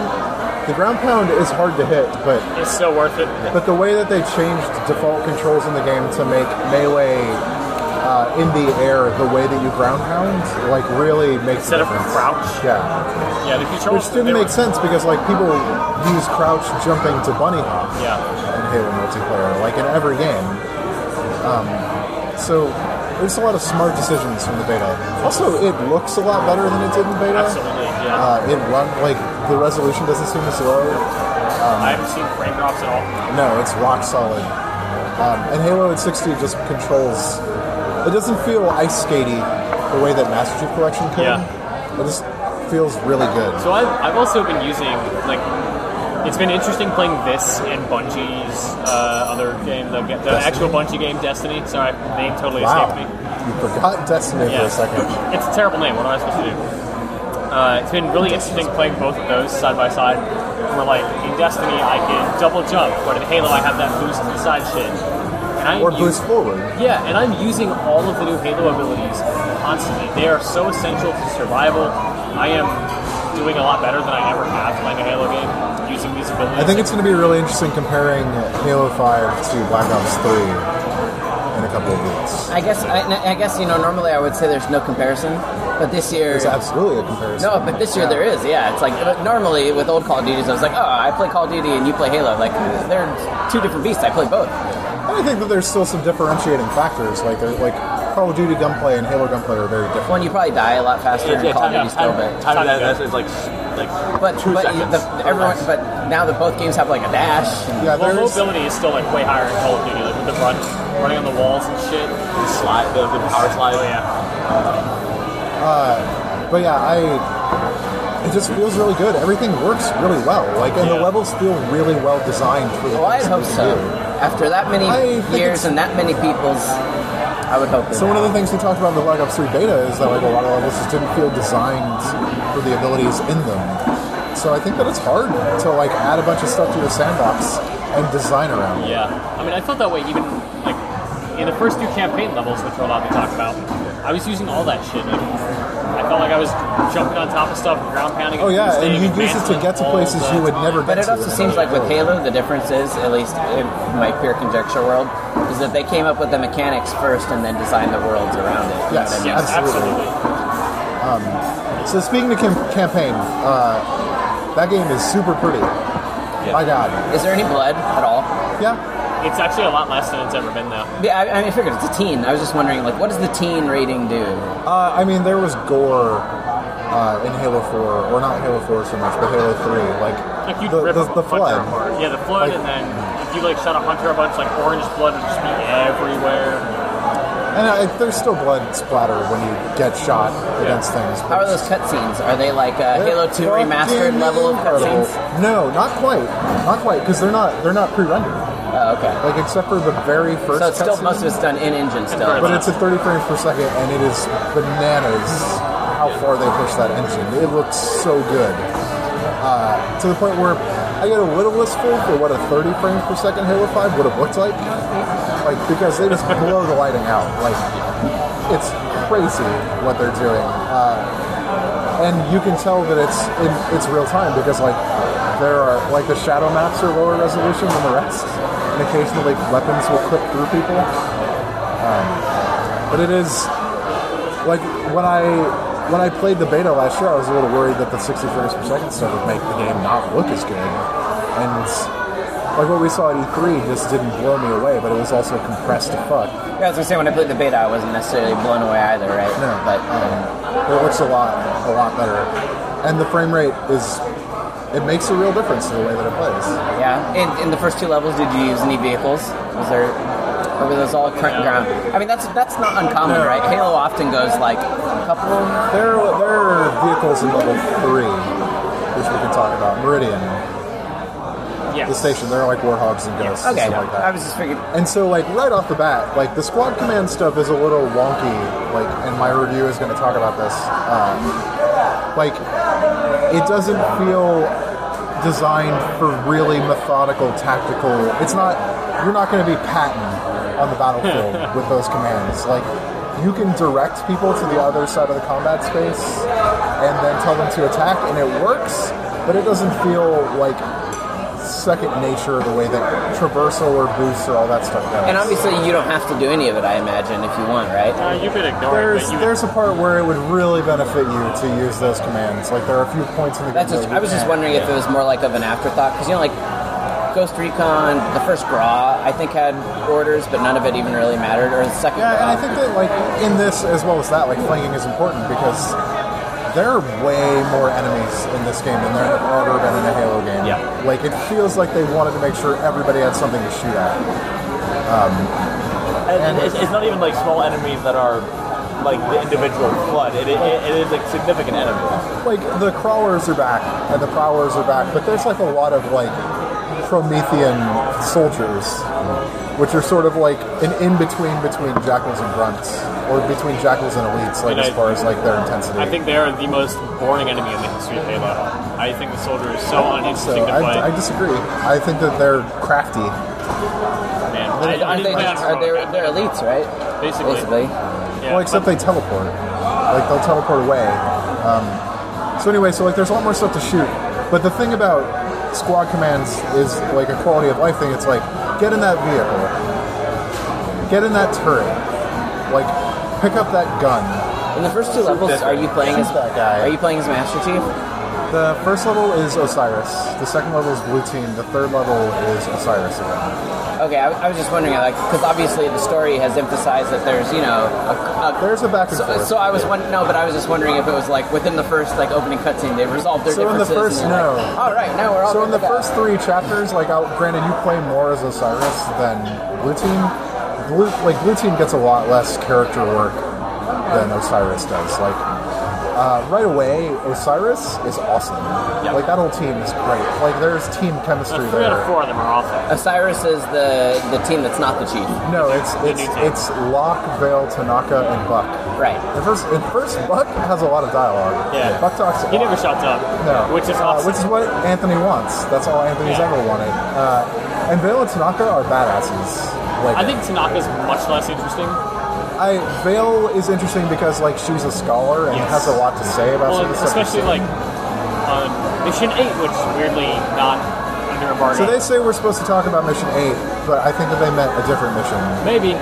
[SPEAKER 3] The ground pound is hard to hit, but
[SPEAKER 4] It's so worth it.
[SPEAKER 3] but the way that they changed default controls in the game to make melee uh, in the air the way that you ground pound, like really makes
[SPEAKER 4] Instead
[SPEAKER 3] a
[SPEAKER 4] of
[SPEAKER 3] difference.
[SPEAKER 4] crouch.
[SPEAKER 3] Yeah,
[SPEAKER 4] Yeah, the controls.
[SPEAKER 3] which didn't
[SPEAKER 4] they were-
[SPEAKER 3] make sense because like people use crouch jumping to bunny hop
[SPEAKER 4] Yeah.
[SPEAKER 3] in Halo multiplayer, like in every game. Um, so there's a lot of smart decisions from the beta. Also, it looks a lot better than it did in beta.
[SPEAKER 4] Absolutely, yeah.
[SPEAKER 3] Uh, it run like the resolution doesn't seem as low. Um,
[SPEAKER 4] I haven't seen frame drops at all.
[SPEAKER 3] No, it's rock solid. Um, and Halo at 60 just controls. It doesn't feel ice skatey the way that Master Chief Collection could.
[SPEAKER 4] Yeah.
[SPEAKER 3] It just feels really good.
[SPEAKER 4] So I've, I've also been using like it's been interesting playing this and Bungie's uh, other game, the, the
[SPEAKER 3] Destiny.
[SPEAKER 4] actual Bungie game, Destiny. Sorry, name totally
[SPEAKER 3] Wow,
[SPEAKER 4] escaped me.
[SPEAKER 3] you forgot Destiny for a
[SPEAKER 4] Yeah.
[SPEAKER 3] second.
[SPEAKER 4] It's a terrible name. What am I supposed to do? Uh, it's been really interesting playing both of those side by side. Where like in Destiny, I can double jump, but in Halo, I have that boost to the side shit. And I
[SPEAKER 3] Or
[SPEAKER 4] use-
[SPEAKER 3] boost forward.
[SPEAKER 4] Yeah, and I'm using all of the new Halo abilities constantly. They are so essential to survival. I am doing a lot better than I ever have playing a Halo game using these abilities.
[SPEAKER 3] I think it's going to be really interesting comparing Halo 5 to Black Ops 3 in a couple of weeks.
[SPEAKER 2] I guess I, I guess you know normally I would say there's no comparison, but this year
[SPEAKER 3] There's absolutely a comparison.
[SPEAKER 2] no, but this year there is. Yeah, it's like but normally with old Call of Duties, I was like, oh, I play Call of Duty and you play Halo. Like they're two different beasts. I play both.
[SPEAKER 3] And I think that there's still some differentiating factors. Like, there- like Call of Duty gunplay and Halo gunplay are very different.
[SPEAKER 2] One, you probably die a lot faster
[SPEAKER 5] Yeah,
[SPEAKER 2] in
[SPEAKER 5] yeah,
[SPEAKER 2] Call
[SPEAKER 5] time,
[SPEAKER 2] of Duty
[SPEAKER 5] time,
[SPEAKER 2] still,
[SPEAKER 5] time,
[SPEAKER 2] but
[SPEAKER 5] time
[SPEAKER 4] Time
[SPEAKER 5] that,
[SPEAKER 4] ago.
[SPEAKER 5] that's is like s- like
[SPEAKER 2] but
[SPEAKER 5] two
[SPEAKER 2] but you-
[SPEAKER 5] seconds.
[SPEAKER 2] the,
[SPEAKER 5] or
[SPEAKER 2] everyone
[SPEAKER 5] less.
[SPEAKER 2] but now that both games have like a dash. and-
[SPEAKER 3] Yeah,
[SPEAKER 4] well,
[SPEAKER 3] there's,
[SPEAKER 4] mobility is still like way higher in Call of Duty, like with the run, running on the walls and shit.
[SPEAKER 5] the slide, the, the power slide.
[SPEAKER 4] Oh yeah,
[SPEAKER 3] But yeah, I it just feels really good. Everything works really well. Like, and the
[SPEAKER 4] Yeah.
[SPEAKER 3] levels feel really well designed for the.
[SPEAKER 2] Well, I'd
[SPEAKER 3] things that
[SPEAKER 2] Oh, hope
[SPEAKER 3] you
[SPEAKER 2] so.
[SPEAKER 3] do.
[SPEAKER 2] After that many
[SPEAKER 3] I think it's-
[SPEAKER 2] years and that many people's, I would hope.
[SPEAKER 3] So one of the things we talked about in the Black Ops 3 beta is that like a lot of levels just didn't feel designed for the abilities in them. So I think that it's hard to like add a bunch of stuff to your sandbox and design around. it.
[SPEAKER 4] yeah. I mean, I felt that way even like in the first two campaign levels, which we're allowed to talk about. I was using all that shit. Like, I felt like I was jumping on top of stuff, ground pounding.
[SPEAKER 3] Oh
[SPEAKER 4] and
[SPEAKER 3] yeah,
[SPEAKER 4] boosting
[SPEAKER 3] and you use it to
[SPEAKER 4] advancement
[SPEAKER 3] get to
[SPEAKER 4] all
[SPEAKER 3] places
[SPEAKER 4] the
[SPEAKER 3] you would
[SPEAKER 4] time.
[SPEAKER 3] never get
[SPEAKER 2] But it
[SPEAKER 3] to.
[SPEAKER 2] also
[SPEAKER 3] in
[SPEAKER 2] seems
[SPEAKER 3] another
[SPEAKER 2] like with
[SPEAKER 3] world.
[SPEAKER 2] Halo, the difference is, at least in my pure conjecture world, is that they came up with the mechanics first and then designed the worlds around it.
[SPEAKER 3] Yes.
[SPEAKER 2] And then-
[SPEAKER 4] Yes,
[SPEAKER 3] Absolutely.
[SPEAKER 4] absolutely.
[SPEAKER 3] So speaking of cam- campaign, uh, that game is super pretty. My God,
[SPEAKER 2] Is there any blood at all?
[SPEAKER 3] yeah.
[SPEAKER 4] It's actually a lot less than it's ever been, though.
[SPEAKER 2] Yeah, I, I mean, I figured it's a teen. I was just wondering, like, what does the teen rating do?
[SPEAKER 3] Uh, I mean, there was gore uh, in Halo 4, or not Halo 4 so much, but Halo 3. Like,
[SPEAKER 4] Like you
[SPEAKER 3] the,
[SPEAKER 4] rip
[SPEAKER 3] the,
[SPEAKER 4] a
[SPEAKER 3] the
[SPEAKER 4] hunter
[SPEAKER 3] flood.
[SPEAKER 4] apart. Yeah, the flood,
[SPEAKER 3] Like-
[SPEAKER 4] and then if you like shot a hunter a bunch, like orange blood would just be everywhere.
[SPEAKER 3] And I, there's still blood splatter when you get shot against things.
[SPEAKER 2] How are those cutscenes? Are they like uh, Halo 2
[SPEAKER 3] Fucking
[SPEAKER 2] remastered level of
[SPEAKER 3] incredible.
[SPEAKER 2] cutscenes?
[SPEAKER 3] No, not quite. Not quite because they're not they're not pre-rendered.
[SPEAKER 2] Oh, okay.
[SPEAKER 3] Like except for the very first.
[SPEAKER 2] So it's still
[SPEAKER 3] cutscene.
[SPEAKER 2] most of it's done in engine still.
[SPEAKER 3] But it's at 30 frames per second, and it is bananas how far they push that engine. It looks so good. Uh, to the point where I get a little wistful for what a 30 frames per second Halo 5 would have looked like. Like, because they just blow the lighting out. Like, it's crazy what they're doing. Uh, and you can tell that it's in, it's real time because, like, there are, like, the shadow maps are lower resolution than the rest. And occasionally, like, weapons will clip through people. But it is like when I when I played the beta last year, I was a little worried that the 60 frames per second stuff would make the game not look as good. And like what we saw at E3 just didn't blow me away, but it was also compressed to fuck.
[SPEAKER 2] Yeah, I was gonna say when I played the beta, I wasn't necessarily blown away either, right?
[SPEAKER 3] No,
[SPEAKER 2] But
[SPEAKER 3] um, it looks a lot a lot better, and the frame rate is it makes a real difference to the way that it plays.
[SPEAKER 2] yeah, in, in the first two levels, did you use any vehicles? Was there, or were those all current ground? I mean, that's that's not uncommon,
[SPEAKER 3] No.
[SPEAKER 2] right? Halo often goes like a couple.
[SPEAKER 3] There there are vehicles in level three, which we can talk about. Meridian,
[SPEAKER 4] Yes.
[SPEAKER 3] the station. They're like warhogs and ghosts. and
[SPEAKER 2] Okay,
[SPEAKER 3] stuff like that.
[SPEAKER 2] I was just figuring.
[SPEAKER 3] And so, like right off the bat, like the squad command stuff is a little wonky. Like, and my review is going to talk about this. Um, like, it doesn't feel designed for really methodical, tactical. It's not. You're not going to be Patton on the battlefield with those commands. Like, you can direct people to the other side of the combat space, and then tell them to attack, and it works. But it doesn't feel like second nature the way that traversal or boost or all that stuff goes.
[SPEAKER 2] And obviously, you don't have to do any of it, I imagine, if you want, right?
[SPEAKER 4] Uh, you could ignore it,
[SPEAKER 3] there's
[SPEAKER 4] but you
[SPEAKER 3] there's a part where it would really benefit you to use those commands. Like there are a few points in the
[SPEAKER 2] That's
[SPEAKER 3] game.
[SPEAKER 2] just,
[SPEAKER 3] where
[SPEAKER 2] I was
[SPEAKER 3] you
[SPEAKER 2] just
[SPEAKER 3] can't.
[SPEAKER 2] wondering if it was more like of an afterthought, because you know, like Ghost Recon, the first Graw, I think had orders, but none of it even really mattered, or the second.
[SPEAKER 3] Yeah, and I
[SPEAKER 2] Graw.
[SPEAKER 3] think that like in this as well as that, like flanking is important because there are way more enemies in this game than there have ever been in a Halo game.
[SPEAKER 5] Yeah.
[SPEAKER 3] Like it feels like they wanted to make sure everybody had something to shoot at.
[SPEAKER 5] And it's, it's not even like small enemies that are like the individual flood. It, it, it is like significant enemies.
[SPEAKER 3] like the crawlers are back and the prowlers are back, but there's like a lot of like Promethean soldiers, which are sort of like an in between between jackals and grunts, or between jackals and elites, like
[SPEAKER 4] And
[SPEAKER 3] as
[SPEAKER 4] I-
[SPEAKER 3] far as like their intensity.
[SPEAKER 4] I think they are the most boring enemy in the history of Halo. I think the soldier is so
[SPEAKER 3] so.
[SPEAKER 4] uninteresting to
[SPEAKER 3] I, I
[SPEAKER 4] fight.
[SPEAKER 3] disagree. I think that they're crafty.
[SPEAKER 4] man. I, I
[SPEAKER 2] Aren't
[SPEAKER 4] didn't
[SPEAKER 2] they
[SPEAKER 4] play on
[SPEAKER 2] just, are they,
[SPEAKER 4] Chrome,
[SPEAKER 2] they're elites, right?
[SPEAKER 4] basically.
[SPEAKER 2] Basically.
[SPEAKER 4] Yeah,
[SPEAKER 3] Well, except they
[SPEAKER 4] but
[SPEAKER 3] teleport. Like they'll teleport away. Um, so anyway, so like there's a lot more stuff to shoot. But the thing about squad commands is like a quality of life thing. It's like get in that vehicle, get in that turret, like pick up that gun.
[SPEAKER 2] In the first two levels,
[SPEAKER 3] that-
[SPEAKER 2] are you playing
[SPEAKER 3] shoot
[SPEAKER 2] as
[SPEAKER 3] that guy.
[SPEAKER 2] Are you playing as Master Chief?
[SPEAKER 3] The first level is Osiris. The second level is Blue Team. The third level is Osiris again.
[SPEAKER 2] Okay, I, I was just wondering, like, because obviously the story has emphasized that there's, you know, a, a-
[SPEAKER 3] There's a back and
[SPEAKER 2] so,
[SPEAKER 3] forth.
[SPEAKER 2] so I was wondering, no, but I was just wondering if it was like within the first like opening cutscene they resolved their
[SPEAKER 3] So in the
[SPEAKER 2] differences.
[SPEAKER 3] first-
[SPEAKER 2] and they're like,
[SPEAKER 3] no.
[SPEAKER 2] all right, now we're all.
[SPEAKER 3] So in
[SPEAKER 2] good to
[SPEAKER 3] the
[SPEAKER 2] go."
[SPEAKER 3] first three chapters, like out, granted, you play more as Osiris than Blue Team. Blue, like Blue Team gets a lot less character work than Osiris does. Like uh, right away, Osiris is awesome. Like that whole team is great. Like there's team chemistry
[SPEAKER 4] the three out of
[SPEAKER 3] there.
[SPEAKER 4] four of them are awful.
[SPEAKER 2] Osiris is the the team that's not the chief,
[SPEAKER 3] No, it's it's it's Locke, Vale, Tanaka, and Buck.
[SPEAKER 2] right?
[SPEAKER 3] At first, at first, Buck has a lot of dialogue.
[SPEAKER 4] Yeah.
[SPEAKER 3] Buck talks. a
[SPEAKER 4] He
[SPEAKER 3] lot.
[SPEAKER 4] never shuts up,
[SPEAKER 3] No.
[SPEAKER 4] which is
[SPEAKER 3] Uh,
[SPEAKER 4] awesome.
[SPEAKER 3] which is what Anthony wants. That's all Anthony's
[SPEAKER 4] Yeah.
[SPEAKER 3] ever wanted. Uh, and Vale and Tanaka are badasses. Like,
[SPEAKER 4] I think Tanaka's much less interesting.
[SPEAKER 3] I, Vale is interesting because like she's a scholar and
[SPEAKER 4] Yes.
[SPEAKER 3] has a lot to say about
[SPEAKER 4] Well,
[SPEAKER 3] certain stuff.
[SPEAKER 4] especially like on Mission 8, which is weirdly not under embargo.
[SPEAKER 3] So they say we're supposed to talk about Mission Eight, but I think that they meant a different mission.
[SPEAKER 4] Maybe.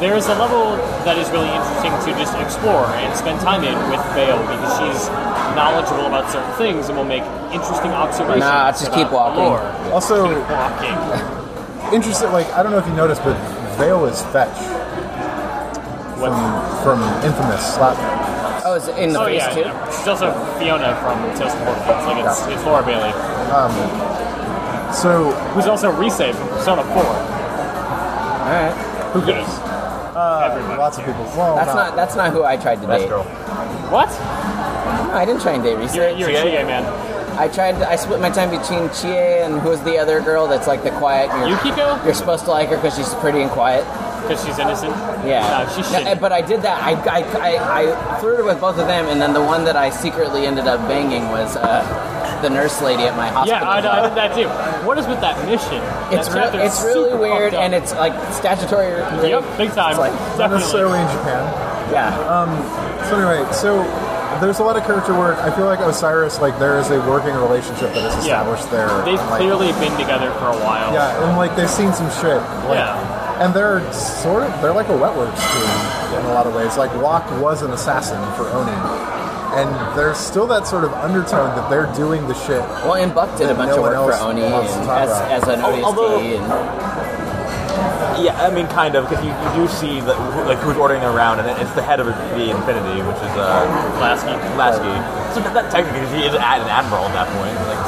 [SPEAKER 4] there is a level that is really interesting to just explore and spend time in with Vale because she's knowledgeable about certain things and will make interesting observations.
[SPEAKER 2] Nah, just keep
[SPEAKER 4] about the
[SPEAKER 2] walking.
[SPEAKER 4] lore.
[SPEAKER 3] Also,
[SPEAKER 4] Keep walking.
[SPEAKER 3] interesting. Like I don't know if you noticed, but Vale is fetch
[SPEAKER 4] What?
[SPEAKER 3] from Infamous. Slap.
[SPEAKER 2] Oh, is it in the
[SPEAKER 4] Oh
[SPEAKER 2] first
[SPEAKER 4] yeah,
[SPEAKER 2] two?
[SPEAKER 4] yeah. she's also Fiona from Tales from Borderlands. Like it's, it's Laura Bailey,
[SPEAKER 3] So
[SPEAKER 4] who's also Resave from Persona 4.
[SPEAKER 2] All right.
[SPEAKER 4] Who cares? everybody.
[SPEAKER 3] Lots of people. Well,
[SPEAKER 2] That's
[SPEAKER 3] no.
[SPEAKER 2] not that's not who I tried to
[SPEAKER 5] Best
[SPEAKER 2] date.
[SPEAKER 5] girl.
[SPEAKER 4] What?
[SPEAKER 2] No, I didn't try and date Reese.
[SPEAKER 4] You're, you're a
[SPEAKER 5] Yeah.
[SPEAKER 4] Chie man.
[SPEAKER 2] I tried. I split my time between Chie and who's the other girl that's like the quiet. You're,
[SPEAKER 4] Yukiko?
[SPEAKER 2] You're supposed to like her because she's pretty and quiet.
[SPEAKER 4] Because she's innocent.
[SPEAKER 2] Yeah.
[SPEAKER 4] No, she's
[SPEAKER 2] No,
[SPEAKER 4] shitty.
[SPEAKER 2] but I did that. I, I, I, I flirted with both of them, and then the one that I secretly ended up banging was uh, the nurse lady at my hospital.
[SPEAKER 4] yeah, I,
[SPEAKER 2] job.
[SPEAKER 4] I did that too. What is with that mission?
[SPEAKER 2] It's,
[SPEAKER 4] that
[SPEAKER 2] re-
[SPEAKER 4] chapter's
[SPEAKER 2] it's really
[SPEAKER 4] super
[SPEAKER 2] weird,
[SPEAKER 4] fucked up.
[SPEAKER 2] and it's like statutory.
[SPEAKER 4] Yep, big time.
[SPEAKER 2] It's like,
[SPEAKER 3] not
[SPEAKER 4] Definitely.
[SPEAKER 3] necessarily in Japan.
[SPEAKER 2] yeah.
[SPEAKER 3] So anyway, so there's a lot of character work. I feel like Osiris, like there is a working relationship that is
[SPEAKER 4] Yeah.
[SPEAKER 3] established there.
[SPEAKER 4] They've
[SPEAKER 3] like,
[SPEAKER 4] clearly been together for a while.
[SPEAKER 3] yeah, and like they've seen some shit. Like,
[SPEAKER 4] Yeah.
[SPEAKER 3] And they're sort of they're like a wetworks team in a lot of ways. Like Locke was an assassin for Oni, and there's still that sort of undertone that they're doing the shit.
[SPEAKER 2] Well, and Buck did a
[SPEAKER 3] Then
[SPEAKER 2] bunch
[SPEAKER 3] no
[SPEAKER 2] of
[SPEAKER 3] one
[SPEAKER 2] work
[SPEAKER 3] else
[SPEAKER 2] for Oni
[SPEAKER 3] wants to
[SPEAKER 2] and
[SPEAKER 3] talk
[SPEAKER 2] as,
[SPEAKER 3] about it.
[SPEAKER 2] as an
[SPEAKER 5] Al-
[SPEAKER 2] ODST.
[SPEAKER 5] although-
[SPEAKER 2] and,
[SPEAKER 5] Yeah, I mean, kind of, because you, you do see that, who- like who's ordering them around, and it- it's the head of the Infinity, which is uh,
[SPEAKER 4] Lasky.
[SPEAKER 5] Lasky. So that technically, 'cause he is at an admiral at that point, like,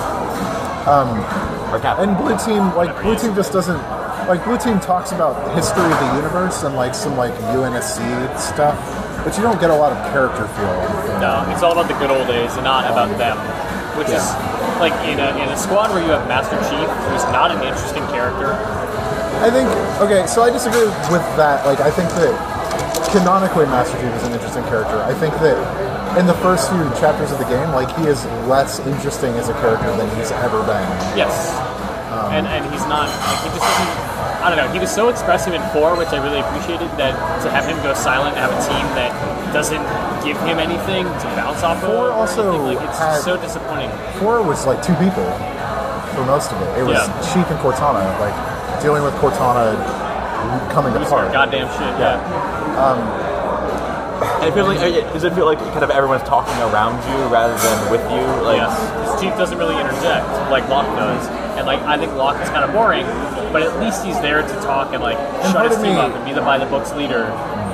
[SPEAKER 5] um, or captain.
[SPEAKER 3] And Blue Team, like Blue Team, just doesn't. Like Blue Team talks about history of the universe and like some like UNSC stuff, but you don't get a lot of character feel.
[SPEAKER 4] No, it's all about the good old days and not about them. Which is like in a, in a squad where you have Master Chief, who's not an interesting character.
[SPEAKER 3] I think okay, so I disagree with that. Like I think that canonically Master Chief is an interesting character. I think that in the first few chapters of the game, like he is less interesting as a character than he's ever been.
[SPEAKER 4] Yes.
[SPEAKER 3] Um,
[SPEAKER 4] and and he's not like he just doesn't I don't know, he was so expressive in four, which I really appreciated that to have him go silent and have a team that doesn't give him anything to bounce off
[SPEAKER 3] Four
[SPEAKER 4] of. or
[SPEAKER 3] also
[SPEAKER 4] anything, like it's
[SPEAKER 3] had-
[SPEAKER 4] so disappointing.
[SPEAKER 3] Four was like two people for most of it. It was
[SPEAKER 4] Yeah.
[SPEAKER 3] Chief and Cortana, like dealing with Cortana coming
[SPEAKER 4] It was our
[SPEAKER 3] apart.
[SPEAKER 4] goddamn shit, yeah.
[SPEAKER 5] And it feels like, uh, does it feel like kind of everyone's talking around you rather than with you? Like,
[SPEAKER 4] Yes. His chief doesn't really interject like Locke does. And like I think Locke is kinda boring, but at least he's there to talk and like shut
[SPEAKER 3] part
[SPEAKER 4] his
[SPEAKER 3] of
[SPEAKER 4] team
[SPEAKER 3] me-
[SPEAKER 4] up and be the by the books leader.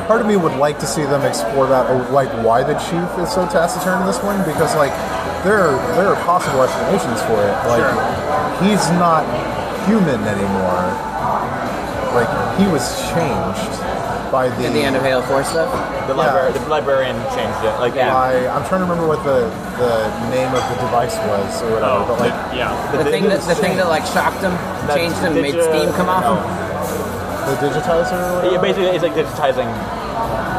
[SPEAKER 3] Part of me would like to see them explore that, or like why the chief is so taciturn in this one, because like there are, there are possible explanations for it. Like
[SPEAKER 4] Sure.
[SPEAKER 3] he's not human anymore. Like he was changed by the.
[SPEAKER 2] in the end of Halo Four stuff.
[SPEAKER 5] the, libra- the librarian changed it. Like,
[SPEAKER 2] Yeah.
[SPEAKER 3] by, I'm trying to remember what the the name of the device was or whatever,
[SPEAKER 4] Oh
[SPEAKER 3] but like
[SPEAKER 4] yeah.
[SPEAKER 2] The thing that the thing that like shocked him, changed him, made
[SPEAKER 5] digi-
[SPEAKER 2] steam come off him.
[SPEAKER 3] the digitizer. Or whatever.
[SPEAKER 5] Yeah, basically, it's like digitizing.